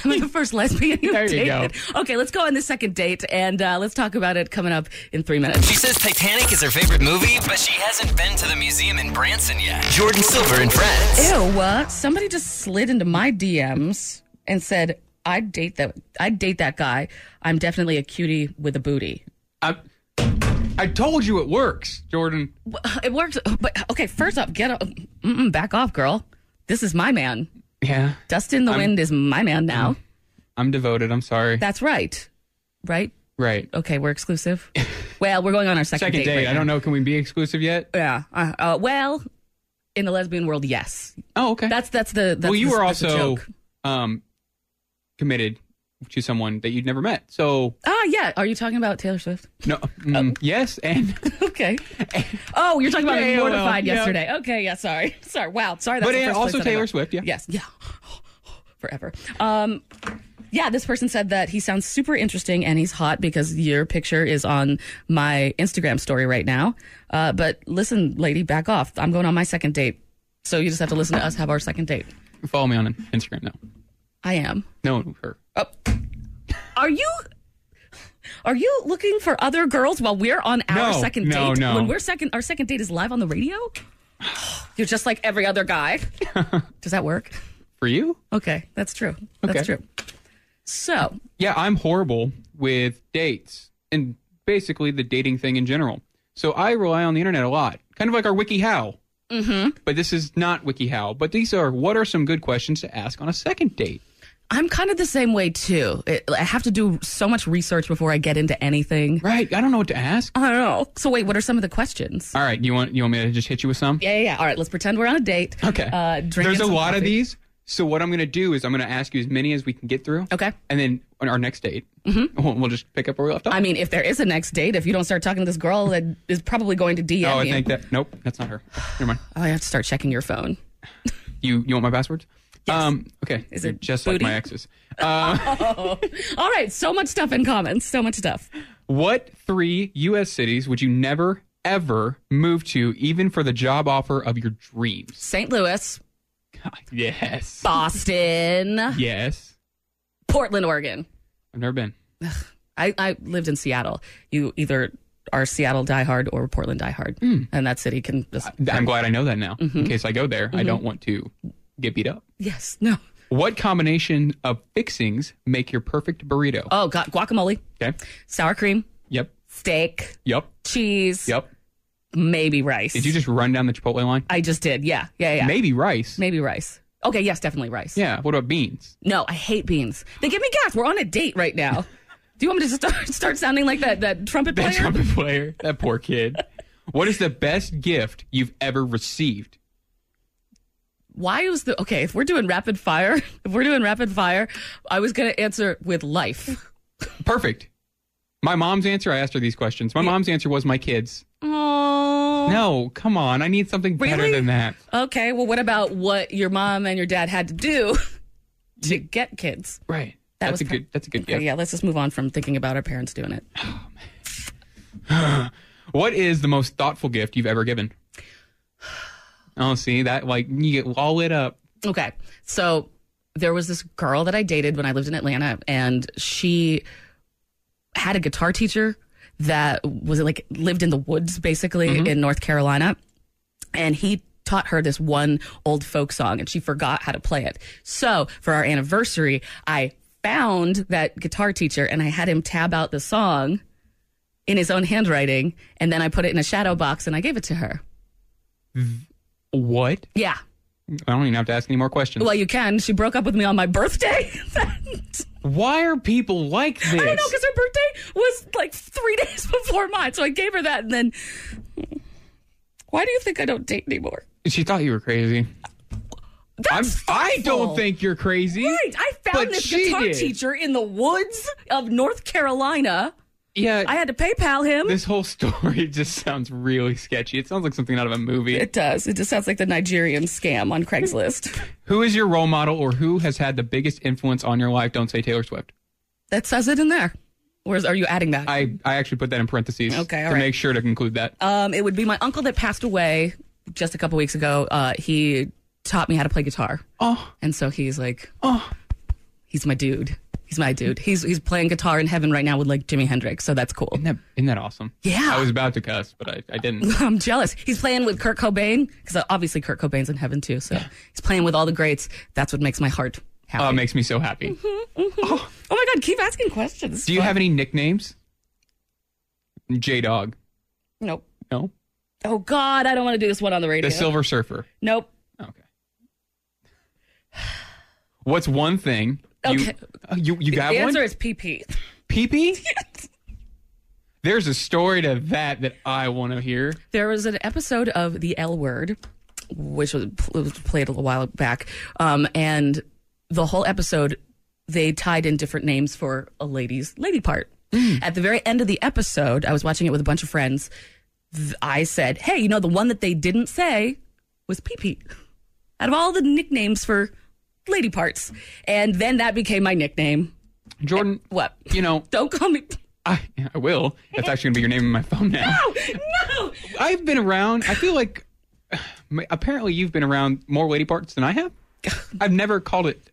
Speaker 3: [laughs]
Speaker 2: I'm the first lesbian you've
Speaker 3: There you
Speaker 2: dated. Okay, let's go on the second date and uh, let's talk about it coming up in three minutes.
Speaker 4: She says Titanic is her favorite movie, but she hasn't been to the museum in Branson yet. Jordan Silver and friends.
Speaker 2: Ew, uh, somebody just slid into my DMs and said, I'd date that I'd date that guy. I'm definitely a cutie with a booty.
Speaker 3: I, I told you it works, Jordan.
Speaker 2: Wh- It works, but okay, first off, get up, mm-mm, back off, girl. This is my man.
Speaker 3: Yeah,
Speaker 2: Dust in the wind is my man now.
Speaker 3: I'm devoted. I'm sorry.
Speaker 2: That's right. Right?
Speaker 3: right.
Speaker 2: Okay, we're
Speaker 3: [laughs]
Speaker 2: exclusive. well, we're going on our second,
Speaker 3: Second
Speaker 2: date.
Speaker 3: date.
Speaker 2: right
Speaker 3: I don't know. Can we be exclusive yet?
Speaker 2: now. Yeah. Uh, uh, well, in the lesbian world, yes.
Speaker 3: Oh, okay.
Speaker 2: That's that's the that's
Speaker 3: well, you
Speaker 2: the-
Speaker 3: were
Speaker 2: that's the
Speaker 3: also
Speaker 2: joke.
Speaker 3: um committed to someone that you'd never met. So
Speaker 2: Ah, yeah. Are you talking about Taylor Swift? [laughs]
Speaker 3: no. mm,
Speaker 2: Oh.
Speaker 3: Yes, and [laughs]
Speaker 2: Okay. Oh, you're talking about
Speaker 3: Yeah, yeah,
Speaker 2: mortified
Speaker 3: well, yeah.
Speaker 2: yesterday. Okay, yeah, sorry. [laughs] Sorry. Wow, sorry. That's
Speaker 3: but
Speaker 2: the
Speaker 3: and
Speaker 2: first
Speaker 3: also
Speaker 2: place that I
Speaker 3: Taylor
Speaker 2: went.
Speaker 3: Swift. Yeah.
Speaker 2: Yes, yeah. [sighs] Forever. Um, yeah, this person said that he sounds super interesting and he's hot because your picture is on my Instagram story right now. Uh, but listen, lady, back off. I'm going on my second date. So you just have to listen to us have our second date.
Speaker 3: Follow me on Instagram. No,
Speaker 2: I am.
Speaker 3: no, her.
Speaker 2: Oh. Are you are you looking for other girls while we're on our
Speaker 3: No,
Speaker 2: second
Speaker 3: no,
Speaker 2: date?
Speaker 3: no.
Speaker 2: When we're second our second date is live on the radio? [sighs] You're just like every other
Speaker 3: [laughs]
Speaker 2: guy. Does that work?
Speaker 3: For you?
Speaker 2: Okay, that's true. That's
Speaker 3: Okay.
Speaker 2: true. So,
Speaker 3: Yeah, I'm horrible with dates and basically the dating thing in general. So I rely on the internet a lot, kind of like our WikiHow. Mm-hmm. But this is not WikiHow. But these are what are some good questions to ask on a second date?
Speaker 2: I'm kind of the same way too. It, I have to do so much research before I get into anything.
Speaker 3: Right? I don't know what to ask.
Speaker 2: I don't know. So wait, what are some of the questions?
Speaker 3: All right, you want you want me to just hit you with some?
Speaker 2: Yeah, yeah, yeah. All right, let's pretend we're on a date.
Speaker 3: Okay.
Speaker 2: Uh, drinking
Speaker 3: There's a
Speaker 2: some
Speaker 3: lot of
Speaker 2: coffee.
Speaker 3: these. So what I'm going to do is I'm going to ask you as many as we can get through.
Speaker 2: Okay.
Speaker 3: And then on our next date, mm-hmm. we'll, we'll just pick up where we left off.
Speaker 2: I mean, if there is a next date, if you don't start talking to this girl that is probably going to DM
Speaker 3: oh, I
Speaker 2: you,
Speaker 3: think that nope, that's not her. Never mind.
Speaker 2: Oh, I have to start checking your phone.
Speaker 3: You you want my passwords? Um. Okay.
Speaker 2: Is
Speaker 3: You're
Speaker 2: it
Speaker 3: just
Speaker 2: booty?
Speaker 3: like my exes? Uh,
Speaker 2: All right, so much stuff in common. So much stuff.
Speaker 3: what three U.S. cities would you never ever move to, even for the job offer of your dreams?
Speaker 2: St. Louis,
Speaker 3: Yes.
Speaker 2: Boston,
Speaker 3: [laughs] Yes.
Speaker 2: Portland, Oregon.
Speaker 3: I've never been.
Speaker 2: I, I lived in Seattle. You either are Seattle diehard or Portland diehard, and that city can just Mm-hmm.
Speaker 3: I'm glad I know that now. In case I go there, I don't want to get beat up.
Speaker 2: yes, no,
Speaker 3: What combination of fixings make your perfect burrito?
Speaker 2: Oh, got guacamole,
Speaker 3: Okay.
Speaker 2: sour cream,
Speaker 3: Yep.
Speaker 2: steak,
Speaker 3: Yep.
Speaker 2: cheese,
Speaker 3: Yep.
Speaker 2: maybe rice.
Speaker 3: Did you just run down the Chipotle line?
Speaker 2: I just did. Yeah. Yeah. Yeah.
Speaker 3: Maybe rice.
Speaker 2: Maybe rice. Okay. Yes, definitely rice.
Speaker 3: Yeah. What about beans? [laughs]
Speaker 2: No, I hate beans. They give me gas. We're on a date right now. Do you want me to just start, start sounding like that, that trumpet player?
Speaker 3: That trumpet player. That poor kid. What is the best gift you've ever received?
Speaker 2: Why was the okay? If we're doing rapid fire, [laughs] if we're doing rapid fire, I was gonna answer with life.
Speaker 3: Perfect. My mom's answer. I asked her these questions. My mom's answer was my kids.
Speaker 2: Oh.
Speaker 3: No, come on. I need something better
Speaker 2: Really?
Speaker 3: than that.
Speaker 2: Okay. Well, what about what your mom and your dad had to do [laughs] to get kids?
Speaker 3: Right.
Speaker 2: That
Speaker 3: Mm-hmm. that's
Speaker 2: was
Speaker 3: a
Speaker 2: pre-
Speaker 3: good. That's a good
Speaker 2: Yeah.
Speaker 3: gift.
Speaker 2: yeah. Let's just move on from thinking about our parents doing it.
Speaker 3: What is the most thoughtful gift you've ever given? [sighs] Oh, see that like you get all lit up.
Speaker 2: Okay. So there was this girl that I dated when I lived in Atlanta, and she had a guitar teacher that was like lived in the woods basically in North Carolina. And he taught her this one old folk song, and she forgot how to play it. So for our anniversary, I found that guitar teacher and I had him tab out the song in his own handwriting. And then I put it in a shadow box and I gave it to her.
Speaker 3: What?
Speaker 2: Yeah.
Speaker 3: I don't even have to ask any more questions.
Speaker 2: Well, you can. She broke up with me on my birthday. [laughs]
Speaker 3: Why are people like this?
Speaker 2: I don't know because her birthday was like three [laughs] days before mine, so I gave her that, and then. Why do you think I don't date anymore?
Speaker 3: she thought you were crazy. I'm,
Speaker 2: That's
Speaker 3: I
Speaker 2: thoughtful.
Speaker 3: don't think you're crazy.
Speaker 2: Right, I found
Speaker 3: But
Speaker 2: this
Speaker 3: she
Speaker 2: guitar
Speaker 3: did.
Speaker 2: teacher in the woods of North Carolina.
Speaker 3: Yeah,
Speaker 2: I had to PayPal him.
Speaker 3: this whole [laughs] story just sounds really sketchy. It sounds like something out of a movie.
Speaker 2: it does. It just sounds like the Nigerian scam on Craigslist.
Speaker 3: Who is your role model, or who has had the biggest influence on your life? Don't say Taylor Swift.
Speaker 2: [laughs] that says it in there. Where's are you adding that?
Speaker 3: I, I actually put that in parentheses
Speaker 2: Okay,
Speaker 3: to
Speaker 2: all right.
Speaker 3: make sure to conclude that.
Speaker 2: Um, it would be my uncle that passed away just a couple weeks ago. Uh, he taught me how to play guitar.
Speaker 3: Oh.
Speaker 2: And so he's like,
Speaker 3: Oh.
Speaker 2: he's my dude. He's my dude. He's he's playing guitar in heaven right now with like Jimi Hendrix. So that's cool. [laughs]
Speaker 3: Isn't that, isn't that awesome?
Speaker 2: Yeah.
Speaker 3: I was about to cuss, but I,
Speaker 2: [laughs]
Speaker 3: I didn't.
Speaker 2: I'm jealous. He's playing with Kurt Cobain because obviously Kurt Cobain's in heaven too. So he's playing with all the greats. That's what makes my heart happy.
Speaker 3: Oh, it makes me
Speaker 2: [laughs]
Speaker 3: so happy.
Speaker 2: oh my God, keep asking questions.
Speaker 3: Do you have any nicknames? J Dog.
Speaker 2: Nope.
Speaker 3: No?
Speaker 2: Oh God, I don't want to do this one on the radio.
Speaker 3: The Silver Surfer.
Speaker 2: nope.
Speaker 3: Okay. What's one thing? You,
Speaker 2: Okay.
Speaker 3: Uh, you, you got
Speaker 2: the
Speaker 3: one?
Speaker 2: answer is PP. [laughs]
Speaker 3: Pee pee? There's a story to that that I want to hear.
Speaker 2: There was an episode of The L Word, which was, was played a little while back, um, and the whole episode they tied in different names for a lady's lady part. At the very end of the episode, I was watching it with a bunch of friends. th- I said, "Hey, you know the one that they didn't say was Pee Pee." Out of all the nicknames for lady parts, and then that became my nickname.
Speaker 3: Jordan,
Speaker 2: What?
Speaker 3: you know,
Speaker 2: Don't call me.
Speaker 3: I, I will. That's actually going to be your name in my phone now.
Speaker 2: No, no.
Speaker 3: I've been around. I feel like [sighs] apparently you've been around more lady parts than
Speaker 2: [laughs]
Speaker 3: I have. I've never called it.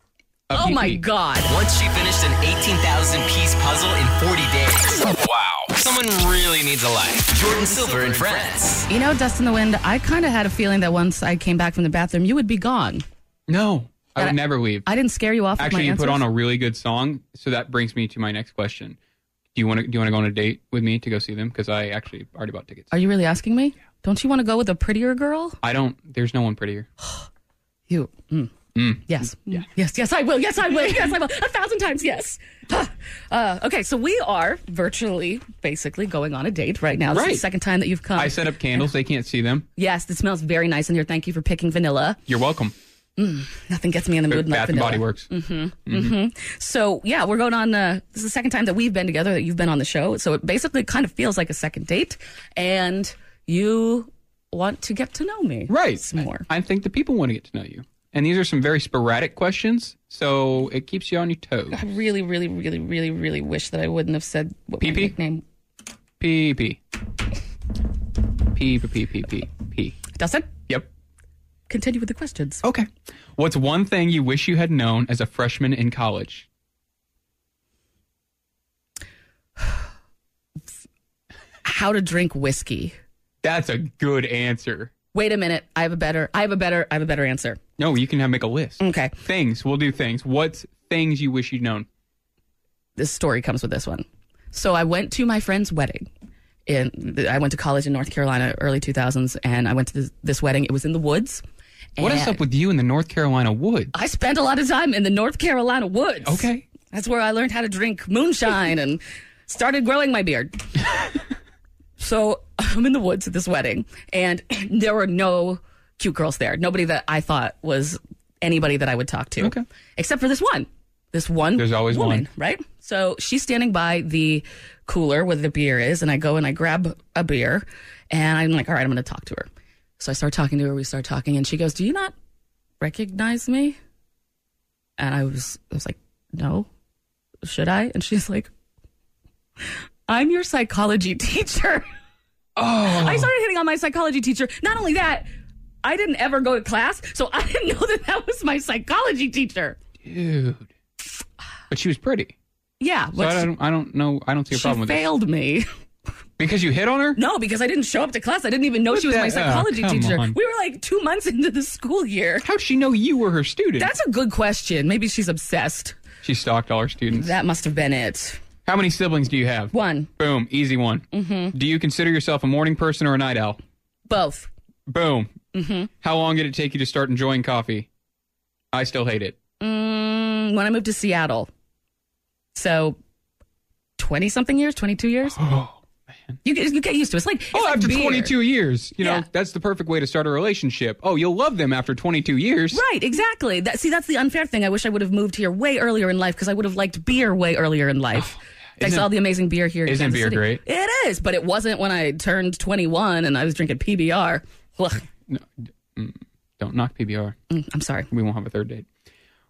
Speaker 3: a
Speaker 2: Oh my
Speaker 3: PP.
Speaker 2: God.
Speaker 4: Once she finished an 18,000 piece puzzle in 40 days. Wow. Someone really needs a life. Jordan Silver and friends.
Speaker 2: You know, Dust in the Wind, I kind of had a feeling that once I came back from the bathroom, you would be gone.
Speaker 3: No, I
Speaker 2: That-
Speaker 3: would never leave.
Speaker 2: I didn't scare you off.
Speaker 3: Actually,
Speaker 2: with my
Speaker 3: you put on
Speaker 2: answers.
Speaker 3: a really good song, so that brings me to my next question. Do you want to do you want to go on a date with me to go see them? Because I actually already bought tickets.
Speaker 2: Are you really asking me? Don't you want to go with a prettier girl?
Speaker 3: I don't. There's no one prettier.
Speaker 2: You. Mm. Yes. Yes. Yes. I will. Yes, I will. [laughs] Yes, I will. A thousand times. Yes. Huh. Uh, okay. So we are virtually, basically, going on a date right now. This is
Speaker 3: Right.
Speaker 2: the second time that you've come.
Speaker 3: I set up candles. They can't see them.
Speaker 2: yes. It smells very nice in here. Thank you for picking vanilla.
Speaker 3: You're welcome.
Speaker 2: Nothing gets me in the mood like
Speaker 3: Bath and
Speaker 2: vanilla.
Speaker 3: Body Works.
Speaker 2: Mm-hmm. So yeah, we're going on. Uh, this is the second time that we've been together. That you've been on the show, so it basically kind of feels like a second date, and you want to get to know me,
Speaker 3: Right.
Speaker 2: Some more.
Speaker 3: I think the people want to get to know you, and these are some very sporadic questions, so it keeps you on your toes.
Speaker 2: I really, really, really, really, really wish that I wouldn't have said what my
Speaker 3: PP?
Speaker 2: nickname.
Speaker 3: P P P P P P P.
Speaker 2: Dustin,
Speaker 3: Yep.
Speaker 2: continue with the questions.
Speaker 3: Okay. What's one thing you wish you had known as a freshman in college?
Speaker 2: How to drink whiskey?
Speaker 3: That's a good answer.
Speaker 2: Wait a minute. I have a better. I have a better. I have a better answer.
Speaker 3: No, you can have make a list.
Speaker 2: Okay.
Speaker 3: Things. We'll do things. What's things you wish you'd known?
Speaker 2: this story comes with this one. So I went to my friend's wedding. In, I went to college in North Carolina, early 2000s, and I went to this, this wedding. It was in the woods.
Speaker 3: What is
Speaker 2: and
Speaker 3: up with you in the North Carolina woods?
Speaker 2: I spent a lot of time in the North Carolina woods.
Speaker 3: Okay.
Speaker 2: That's where I learned how to drink moonshine and started growing my
Speaker 3: [laughs]
Speaker 2: beard. so I'm in the woods at this wedding, and [clears throat] there were no cute girls there. Nobody that I thought was anybody that I would talk to.
Speaker 3: Okay.
Speaker 2: Except for this one. This one.
Speaker 3: There's always
Speaker 2: woman,
Speaker 3: one.
Speaker 2: Right? So she's standing by the cooler where the beer is, and I go and I grab a beer, and I'm like, all right, I'm going to talk to her. So I start talking to her. We start talking, and she goes, Do you not recognize me? And I was, I was like, no, should I? And she's like, I'm your psychology [laughs] teacher.
Speaker 3: Oh,
Speaker 2: I started hitting on my psychology teacher. Not only that, I didn't ever go to class, so I [laughs] didn't know that that was my psychology teacher.
Speaker 3: dude. But she was pretty.
Speaker 2: Yeah,
Speaker 3: So
Speaker 2: but
Speaker 3: I don't, I don't know. I don't see a
Speaker 2: she
Speaker 3: problem with
Speaker 2: failed me. [laughs]
Speaker 3: it. Because you hit on her?
Speaker 2: No, because I didn't show up to class. I didn't even know
Speaker 3: What
Speaker 2: she was
Speaker 3: the-
Speaker 2: my
Speaker 3: oh,
Speaker 2: psychology
Speaker 3: come
Speaker 2: teacher.
Speaker 3: on.
Speaker 2: We were like two months [laughs] into the school year.
Speaker 3: How'd she know you were her student?
Speaker 2: That's a good question. Maybe she's obsessed.
Speaker 3: she stalked all her students.
Speaker 2: That must have been it.
Speaker 3: How many siblings do you have?
Speaker 2: One,
Speaker 3: Boom. Easy one. Mm-hmm. Do you consider yourself a morning person or a night owl?
Speaker 2: both.
Speaker 3: Boom. Mm-hmm. How long did it take you to start enjoying coffee? I still
Speaker 2: [gasps]
Speaker 3: hate it. [gasps]
Speaker 2: Mm, when I moved to Seattle. So 20 something years, 22 years.
Speaker 3: Oh,
Speaker 2: You get, you get used to it. It's like, it's like
Speaker 3: after
Speaker 2: beer.
Speaker 3: 22 years. You
Speaker 2: Yeah.
Speaker 3: know, that's the perfect way to start a relationship. Oh, you'll love them after 22 years.
Speaker 2: Right, exactly. That see, that's the unfair thing. I wish I would have moved here way earlier in life because I would have liked beer way earlier in life. Thanks to
Speaker 3: Oh, Isn't-
Speaker 2: all the amazing beer here. in
Speaker 3: isn't
Speaker 2: Kansas
Speaker 3: beer
Speaker 2: City.
Speaker 3: great?
Speaker 2: It is, but it wasn't when I turned 21 and I was drinking PBR. Ugh, mm,
Speaker 3: Don't knock PBR.
Speaker 2: I'm sorry.
Speaker 3: We won't have a third date.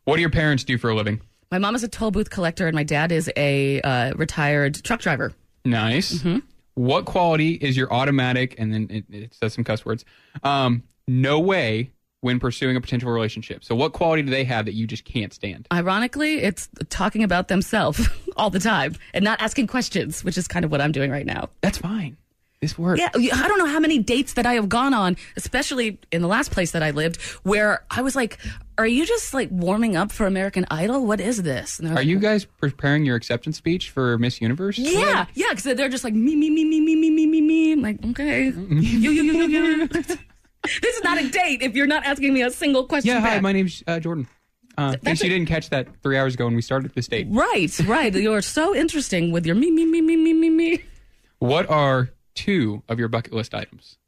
Speaker 3: What do your parents do for a living?
Speaker 2: My mom is a toll booth collector and my dad is a uh, retired truck driver.
Speaker 3: Nice.
Speaker 2: Mm-hmm.
Speaker 3: What quality is your automatic? And then it, it says some cuss words. Um, no way when pursuing a potential relationship. So, what quality do they have that you just can't stand?
Speaker 2: Ironically, it's talking about themselves [laughs] all the time and not asking questions, which is kind of what I'm doing right now.
Speaker 3: That's fine. This works.
Speaker 2: Yeah, you- I don't know how many dates that I have gone on, especially in the last place that I lived, where I was like, "Are you just like warming up for American Idol? What is this?" And they're
Speaker 3: Are
Speaker 2: like,
Speaker 3: you guys preparing your acceptance speech for Miss Universe?
Speaker 2: Yeah, yeah, because they're just like me, me, me, me, me, me, me, me, me. I'm like, okay, [laughs]
Speaker 3: Mm-hmm.
Speaker 2: you, you, you, you, you. this is not a date if you're not asking me a single question.
Speaker 3: Yeah. Hi,
Speaker 2: back.
Speaker 3: my name's uh, Jordan. Uh, in
Speaker 2: that's
Speaker 3: case you
Speaker 2: it.
Speaker 3: didn't catch that three hours ago when we started this date.
Speaker 2: Right, right. You're so interesting with your me, me, me, me, me, me, me.
Speaker 3: What are two of your bucket list items?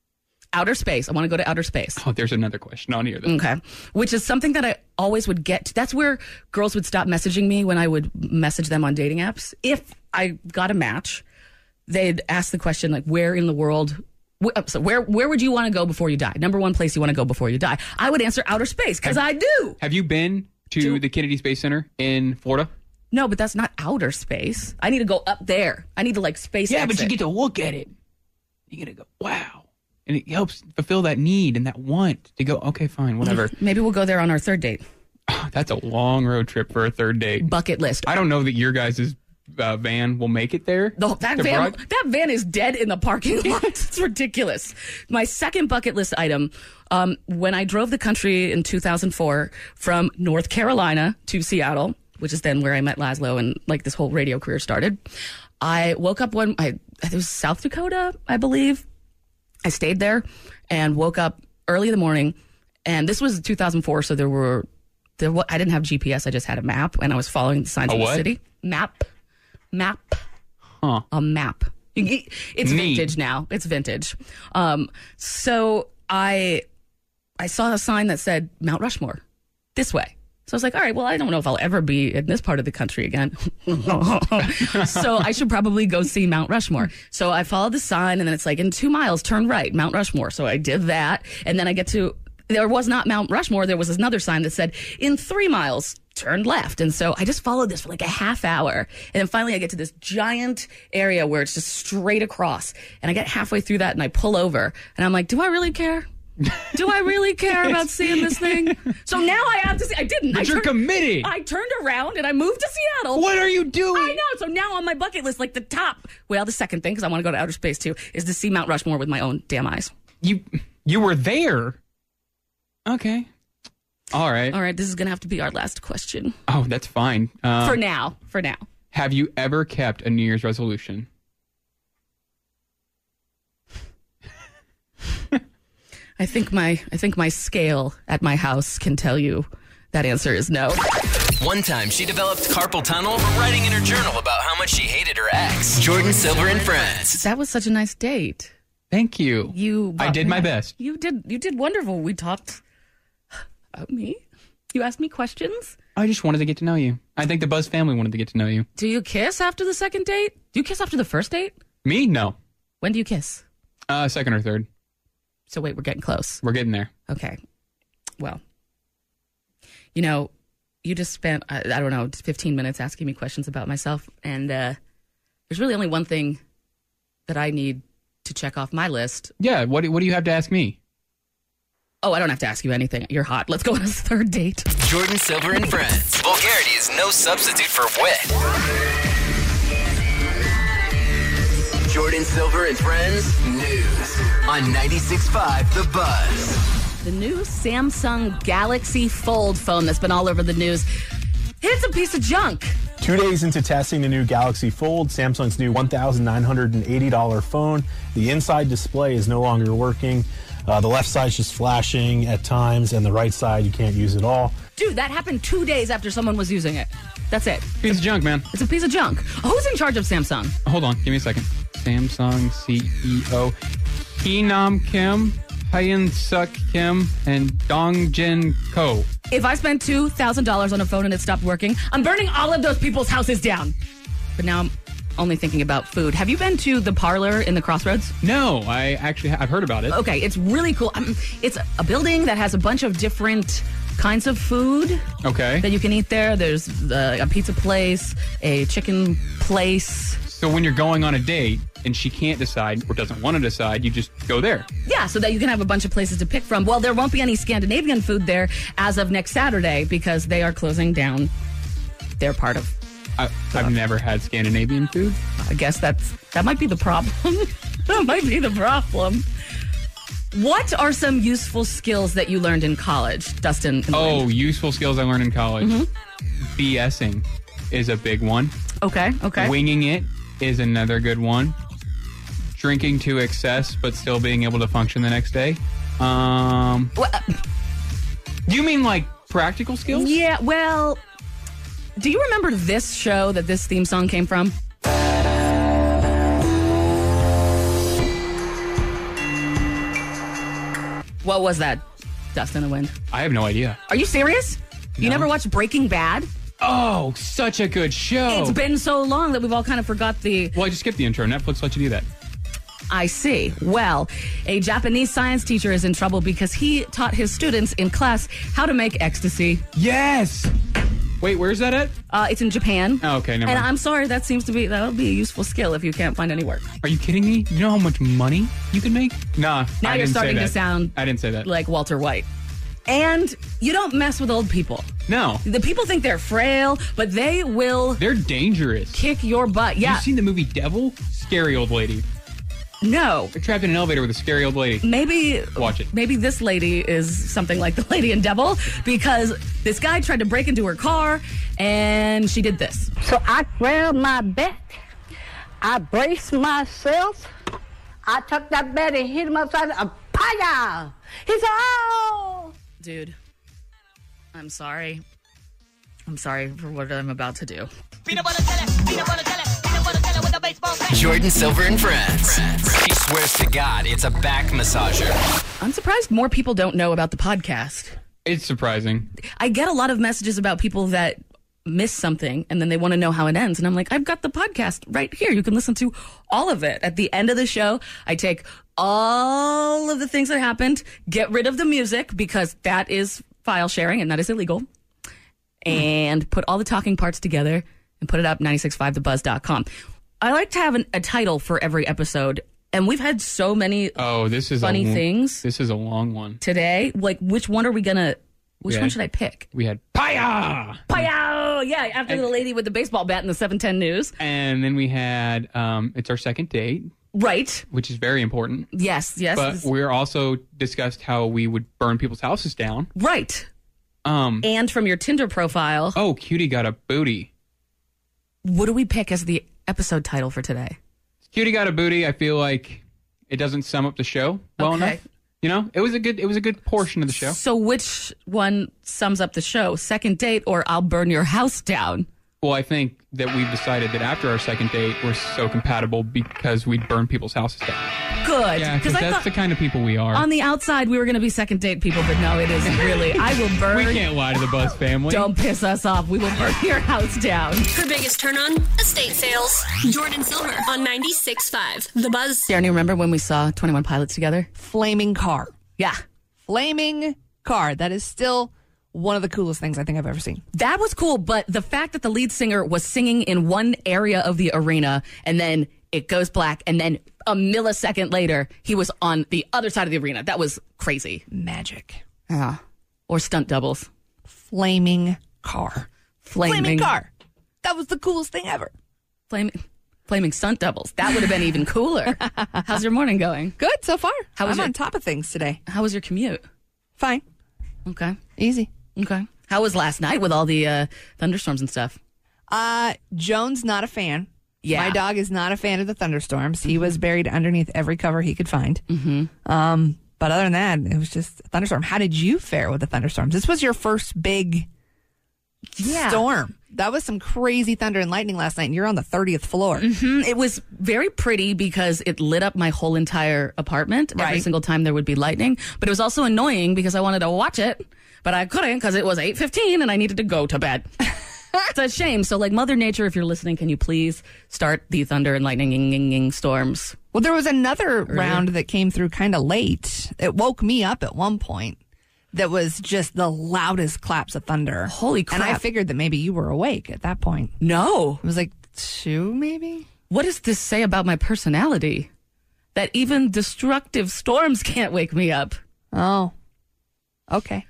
Speaker 2: Outer space. I want to go to outer space.
Speaker 3: Oh, there's another question on here. Then.
Speaker 2: Okay. Which is something that I always would get. That's where girls would stop messaging me when I would message them on dating apps. If I got a match, they'd ask the question like, "Where in the world?" wh- uh, So where where would you want to go before you die? Number one place you want to go before you die. I would answer outer space because I do.
Speaker 3: Have you been to the Kennedy Space Center in Florida?
Speaker 2: No, but that's not outer space. I need to go up there. I need to like space. exit.
Speaker 3: to look at it. You get to go, wow. And it helps fulfill that need and that want to go, okay, fine, whatever.
Speaker 2: Maybe we'll go there on our third date.
Speaker 3: [laughs] That's a long road trip for a third date.
Speaker 2: Bucket list.
Speaker 3: I don't know that your guys' uh, van will make it there.
Speaker 2: The, that
Speaker 3: to
Speaker 2: van,
Speaker 3: Broad-
Speaker 2: that van is dead in the parking lot. [laughs] it's ridiculous. My second bucket list item: um, when I drove the country in 2004 from North Carolina to Seattle, which is then where I met Laszlo and like this whole radio career started. I woke up one. I it was South Dakota, I believe. I stayed there and woke up early in the morning, and this was 2004, so there were there. wa- I didn't have GPS. I just had a map, and I was following the signs
Speaker 3: A
Speaker 2: of the
Speaker 3: what?
Speaker 2: city. Map, map
Speaker 3: Huh.
Speaker 2: a map. You- you- It's
Speaker 3: Neat.
Speaker 2: vintage now. It's vintage. Um, so I I saw a sign that said Mount Rushmore this way. So I was like, all right, well, I don't know if I'll ever be in this part of the country again. [laughs] so I should probably go see Mount Rushmore. So I followed the sign, and then it's like, in two miles, turn right, Mount Rushmore. So I did that. And then I get to, there was not Mount Rushmore. There was another sign that said, in three miles, turn left. And so I just followed this for like a half hour. And then finally I get to this giant area where it's just straight across. And I get halfway through that and I pull over and I'm like, do I really care? Do I really care about seeing this thing? So now I have to see. I didn't. I
Speaker 3: But you're
Speaker 2: turned-
Speaker 3: committed.
Speaker 2: I turned around and I moved to Seattle.
Speaker 3: what are you doing?
Speaker 2: I know. So now on my bucket list, like the top. Well, the second thing, because I want to go to outer space too, is to see Mount Rushmore with my own damn eyes.
Speaker 3: You you were there. Okay. All right.
Speaker 2: All right, this is going to have to be our last question
Speaker 3: Oh, that's fine. Um,
Speaker 2: for now. For now.
Speaker 3: have you ever kept a New Year's resolution?
Speaker 2: I think my I think my scale at my house can tell you that answer is no.
Speaker 4: One time, she developed carpal tunnel for writing in her journal about how much she hated her ex. Jordan Silver and friends.
Speaker 2: That was such a nice date.
Speaker 3: Thank you.
Speaker 2: You
Speaker 3: I
Speaker 2: brought
Speaker 3: did
Speaker 2: me
Speaker 3: my
Speaker 2: up.
Speaker 3: best.
Speaker 2: You did you did wonderful. We talked about me. You asked me questions.
Speaker 3: I just wanted to get to know you. I think the Buzz family wanted to get to know you.
Speaker 2: Do you kiss after the second date? Do you kiss after the first date?
Speaker 3: Me? No.
Speaker 2: When do you kiss?
Speaker 3: Uh, second or third.
Speaker 2: So wait, we're getting close.
Speaker 3: We're getting there.
Speaker 2: Okay. Well, you know, you just spent, I, I don't know, 15 minutes asking me questions about myself. And uh, there's really only one thing that I need to check off my list.
Speaker 3: Yeah. What do, What do you have to ask me?
Speaker 2: Oh, I don't have to ask you anything. You're hot. Let's go on a [laughs] third date.
Speaker 4: Jordan Silver and friends. Vulgarity is no substitute for wit. Jordan Silver and friends news on 96.5 The Buzz.
Speaker 2: The new Samsung Galaxy Fold phone that's been all over the news. It's a piece of junk.
Speaker 6: Two days into testing the new Galaxy Fold, Samsung's new $1,980 phone, the inside display is no longer working. Uh, the left side's just flashing at times, and the right side you can't use at all.
Speaker 2: Dude, that happened two days after someone was using it. That's it.
Speaker 3: Piece of junk, man.
Speaker 2: It's a piece of junk. Who's in charge of Samsung?
Speaker 3: Hold on. Give me a second. Samsung CEO Heenam Kim, Hyun Suk Kim, and Dongjin Ko.
Speaker 2: If I spent two thousand dollars on a phone and it stopped working, I'm burning all of those people's houses down. But now I'm only thinking about food. Have you been to the parlor in the crossroads?
Speaker 3: No, I actually I've heard about it.
Speaker 2: Okay, it's really cool. Um, it's a building that has a bunch of different kinds of food that
Speaker 3: Okay.
Speaker 2: you can eat there. There's uh, a pizza place, a chicken place.
Speaker 3: So when you're going on a date and she can't decide or doesn't want to decide, you just go there.
Speaker 2: Yeah, so that you can have a bunch of places to pick from. Well, there won't be any Scandinavian food there as of next Saturday because they are closing down their part of
Speaker 3: I, I've never had Scandinavian food.
Speaker 2: I guess that's that might be the problem. [laughs] that might be the problem. What are some useful skills that you learned in college, Dustin? and Lynn?
Speaker 3: Oh, useful skills I learned in college. BSing is a big one.
Speaker 2: okay, Mm-hmm. okay.
Speaker 3: Winging it is another good one. Drinking to excess but still being able to function the next day. Um,
Speaker 2: Well, uh,
Speaker 3: you mean like practical skills?
Speaker 2: yeah, well, do you remember this show that this theme song came from? What was that, Dustin and Wind?
Speaker 3: I have no idea.
Speaker 2: Are you serious? You never watched Breaking Bad?
Speaker 3: Oh, such a good show.
Speaker 2: It's been so long that we've all kind of forgot the
Speaker 3: well, I just skipped the intro. Netflix lets you do that.
Speaker 2: I see. Well, a Japanese science teacher is in trouble because he taught his students in class how to make ecstasy.
Speaker 3: Yes. Wait, where's that at?
Speaker 2: Uh, it's in Japan.
Speaker 3: Oh, okay, never
Speaker 2: and
Speaker 3: mind.
Speaker 2: I'm sorry, that seems to be that'll be a useful skill if you can't find any work.
Speaker 3: Are you kidding me? You know how much money you can make? Nah.
Speaker 2: Now
Speaker 3: I
Speaker 2: you're
Speaker 3: didn't say
Speaker 2: starting to
Speaker 3: that.
Speaker 2: sound
Speaker 3: I didn't say that.
Speaker 2: Like Walter White. And you don't mess with old people.
Speaker 3: no,
Speaker 2: The people think they're frail, but they will
Speaker 3: they're dangerous.
Speaker 2: kick your butt. Yeah.
Speaker 3: You seen the movie Devil? Scary old lady.
Speaker 2: no.
Speaker 3: They're trapped in an elevator with a scary old lady.
Speaker 2: Maybe
Speaker 3: Watch it.
Speaker 2: maybe this lady is something like the [laughs] lady in Devil because this guy tried to break into her car and she did this.
Speaker 5: So I grabbed my bat, I braced myself, I took that bat and hit him upside a paya. He said, oh.
Speaker 2: dude i'm sorry i'm sorry for what i'm about to do
Speaker 4: Jordan Silver and friends. She swears to God it's a back massager.
Speaker 2: i'm surprised more people don't know about the podcast
Speaker 3: It's surprising.
Speaker 2: i get a lot of messages about people that miss something and then they want to know how it ends and i'm like i've got the podcast right here you can listen to all of it at the end of the show i take all of the things that happened get rid of the music because that is file sharing and that is illegal and put all the talking parts together and put it up 965thebuzz.com. I like to have an, a title for every episode, and we've had so many
Speaker 3: Oh, this is
Speaker 2: Funny
Speaker 3: a, lo-
Speaker 2: things.
Speaker 3: This is a long one.
Speaker 2: today. Like, which one are we gonna? Which
Speaker 3: Yeah.
Speaker 2: one should I pick?
Speaker 3: We had Paya,
Speaker 2: Pow! Yeah, after the lady with the baseball bat in the 710 news.
Speaker 3: and then we had um, it's our second date,
Speaker 2: Right.
Speaker 3: which is very important.
Speaker 2: Yes, yes.
Speaker 3: But we also discussed how we would burn people's houses down.
Speaker 2: right.
Speaker 3: Um.
Speaker 2: and from your Tinder profile.
Speaker 3: Oh, cutie got a booty.
Speaker 2: What do we pick as the episode title for today?
Speaker 3: Cutie got a booty. I feel like it doesn't sum up the show well
Speaker 2: Okay.
Speaker 3: enough. You know, it was a good it was a good portion of the show.
Speaker 2: So, which one sums up the show? Second date or I'll burn your house down?
Speaker 3: Well, I think that we've decided that after our second date, we're so compatible because we burn people's houses down.
Speaker 2: Good.
Speaker 3: Yeah, because
Speaker 2: I
Speaker 3: that's
Speaker 2: thought
Speaker 3: the kind of people we are.
Speaker 2: on the outside we were going to be second date people, but no,
Speaker 3: [laughs]
Speaker 2: it isn't really. I will burn.
Speaker 3: we can't lie to the Buzz family.
Speaker 2: Don't piss us off. We will burn your house down.
Speaker 8: Her biggest turn on? Estate sales. Jordan Silver on 96.5. The Buzz.
Speaker 2: Darren, you remember when we saw 21 Pilots together?
Speaker 9: Flaming car.
Speaker 2: Yeah.
Speaker 9: Flaming car. That is still one of the coolest things I think I've ever seen.
Speaker 2: That was cool, but the fact that the lead singer was singing in one area of the arena and then it goes black and then a millisecond later he was on the other side of the arena. That was crazy.
Speaker 9: Magic.
Speaker 2: Yeah. Or stunt doubles.
Speaker 9: Flaming car.
Speaker 2: Flaming,
Speaker 9: Flaming car. That was the coolest thing ever.
Speaker 2: Flaming flaming stunt doubles. That would have been even cooler. [laughs] How's your morning going?
Speaker 9: Good so far.
Speaker 2: How was
Speaker 9: I'm
Speaker 2: your-
Speaker 9: on top of things today.
Speaker 2: How was your commute?
Speaker 9: Fine.
Speaker 2: Okay.
Speaker 9: Easy.
Speaker 2: Okay. How was last night with all the uh, thunderstorms and stuff?
Speaker 9: Uh, Joan's not a fan.
Speaker 2: Yeah.
Speaker 9: My dog is not a fan of the thunderstorms. He was buried underneath every cover he could find. Mm-hmm. Um, but other than that, it was just a thunderstorm. How did you fare with the thunderstorms? This was your first big storm. That was some crazy thunder and lightning last night, and you're on the 30th floor.
Speaker 2: It was very pretty because it lit up my whole entire apartment every
Speaker 9: Right.
Speaker 2: single time there would be lightning. But it was also annoying because I wanted to watch it, but I couldn't because it was eight fifteen and I needed to go to bed. it's a shame. So, like Mother Nature, if you're listening, can you please start the thunder and lightning ing, ing, ing storms?
Speaker 9: Well, there was another round that came through kind of late. It woke me up at one point. That was just the loudest claps of thunder.
Speaker 2: Holy crap!
Speaker 9: And I figured that maybe you were awake at that point.
Speaker 2: no.
Speaker 9: It was like two, maybe.
Speaker 2: What does this say about my personality? That even destructive storms [laughs] can't wake me up.
Speaker 9: Oh, okay.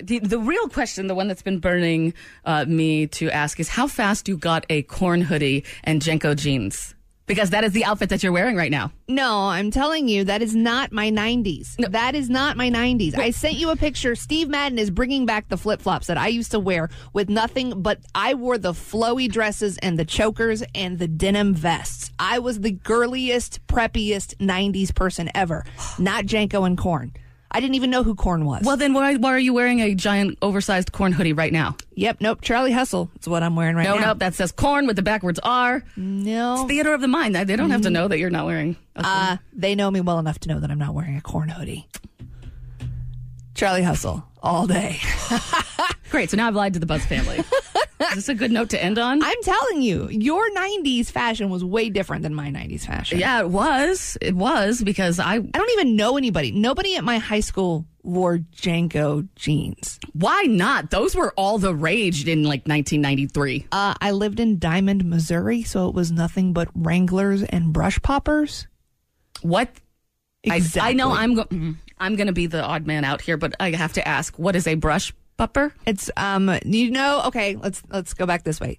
Speaker 2: The, the real question, the one that's been burning uh, me to ask, is how fast you got a corn hoodie and Jenko jeans? Because that is the outfit that you're wearing right now.
Speaker 9: No, I'm telling you, that is not my 90s. That is not my 90s. I sent you a picture. Steve Madden is bringing back the flip flops that I used to wear with nothing but I wore the flowy dresses and the chokers and the denim vests. I was the girliest, preppiest 90s person
Speaker 2: [sighs]
Speaker 9: ever, not Janko and Corn. I didn't even know who Corn was.
Speaker 2: Well, then why, why are you wearing a giant, oversized corn hoodie right now?
Speaker 9: yep, nope. Charlie Hustle is what I'm wearing right
Speaker 2: No,
Speaker 9: now.
Speaker 2: no, that says corn with the backwards R.
Speaker 9: No.
Speaker 2: Theater of the mind. They don't have to know that you're not wearing. A
Speaker 9: Uh, they know me well enough to know that I'm not wearing a corn hoodie. Charlie Hustle all day.
Speaker 2: Great. So now I've lied to the Buzz family. is this a good note to end on?
Speaker 9: I'm telling you, your 90s fashion was way different than my 90s fashion.
Speaker 2: yeah, it was. It was because I.
Speaker 9: I don't even know anybody. Nobody at my high school wore Janko jeans.
Speaker 2: Why not? Those were all the rage in like 1993.
Speaker 9: Uh, I lived in Diamond, Missouri, so it was nothing but Wranglers and brush poppers.
Speaker 2: What I, I know
Speaker 9: Exactly.
Speaker 2: I'm go- mm, I'm going to be the odd man out here, but I have to ask, what is a brush bupper?
Speaker 9: It's um, you know, okay, let's let's go back this way.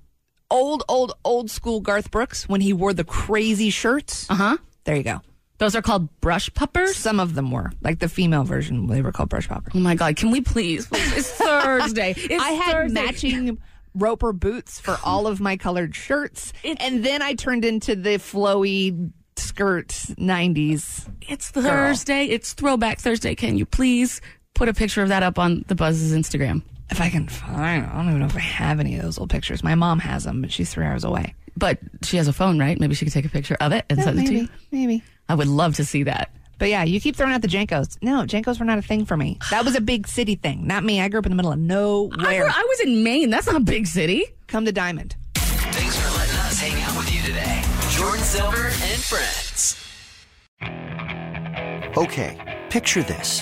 Speaker 9: Old, old, old school Garth Brooks when he wore the crazy shirts. Uh
Speaker 2: Uh-huh.
Speaker 9: huh. There you go.
Speaker 2: Those are called brush puppers.
Speaker 9: Some of them were like the female version. They were called brush poppers.
Speaker 2: Oh my god! Can we please? [laughs] It's Thursday. It's
Speaker 9: I had
Speaker 2: Thursday.
Speaker 9: matching roper boots for all of my colored
Speaker 2: [laughs]
Speaker 9: shirts, and then I turned into the flowy skirt '90s.
Speaker 2: It's Thursday. It's Throwback Thursday. Can you please put a picture of that up on the Buzz's Instagram?
Speaker 9: If I can find, I don't even know if I have any of those old pictures. My mom has them, but she's three hours away.
Speaker 2: But she has a phone, right? Maybe she could take a picture of it and send it to you.
Speaker 9: Maybe, maybe.
Speaker 2: I would love to see that.
Speaker 9: But yeah, you keep throwing out the Jankos. No, Jankos were not a thing for me. That was a big city thing, not me. I grew up in the middle of
Speaker 2: I,
Speaker 9: nowhere.
Speaker 2: grew- I was in Maine. That's not a big city.
Speaker 9: Come to Diamond.
Speaker 4: Thanks for letting us hang out with you today. Jordan Silver and friends.
Speaker 10: Okay, picture this.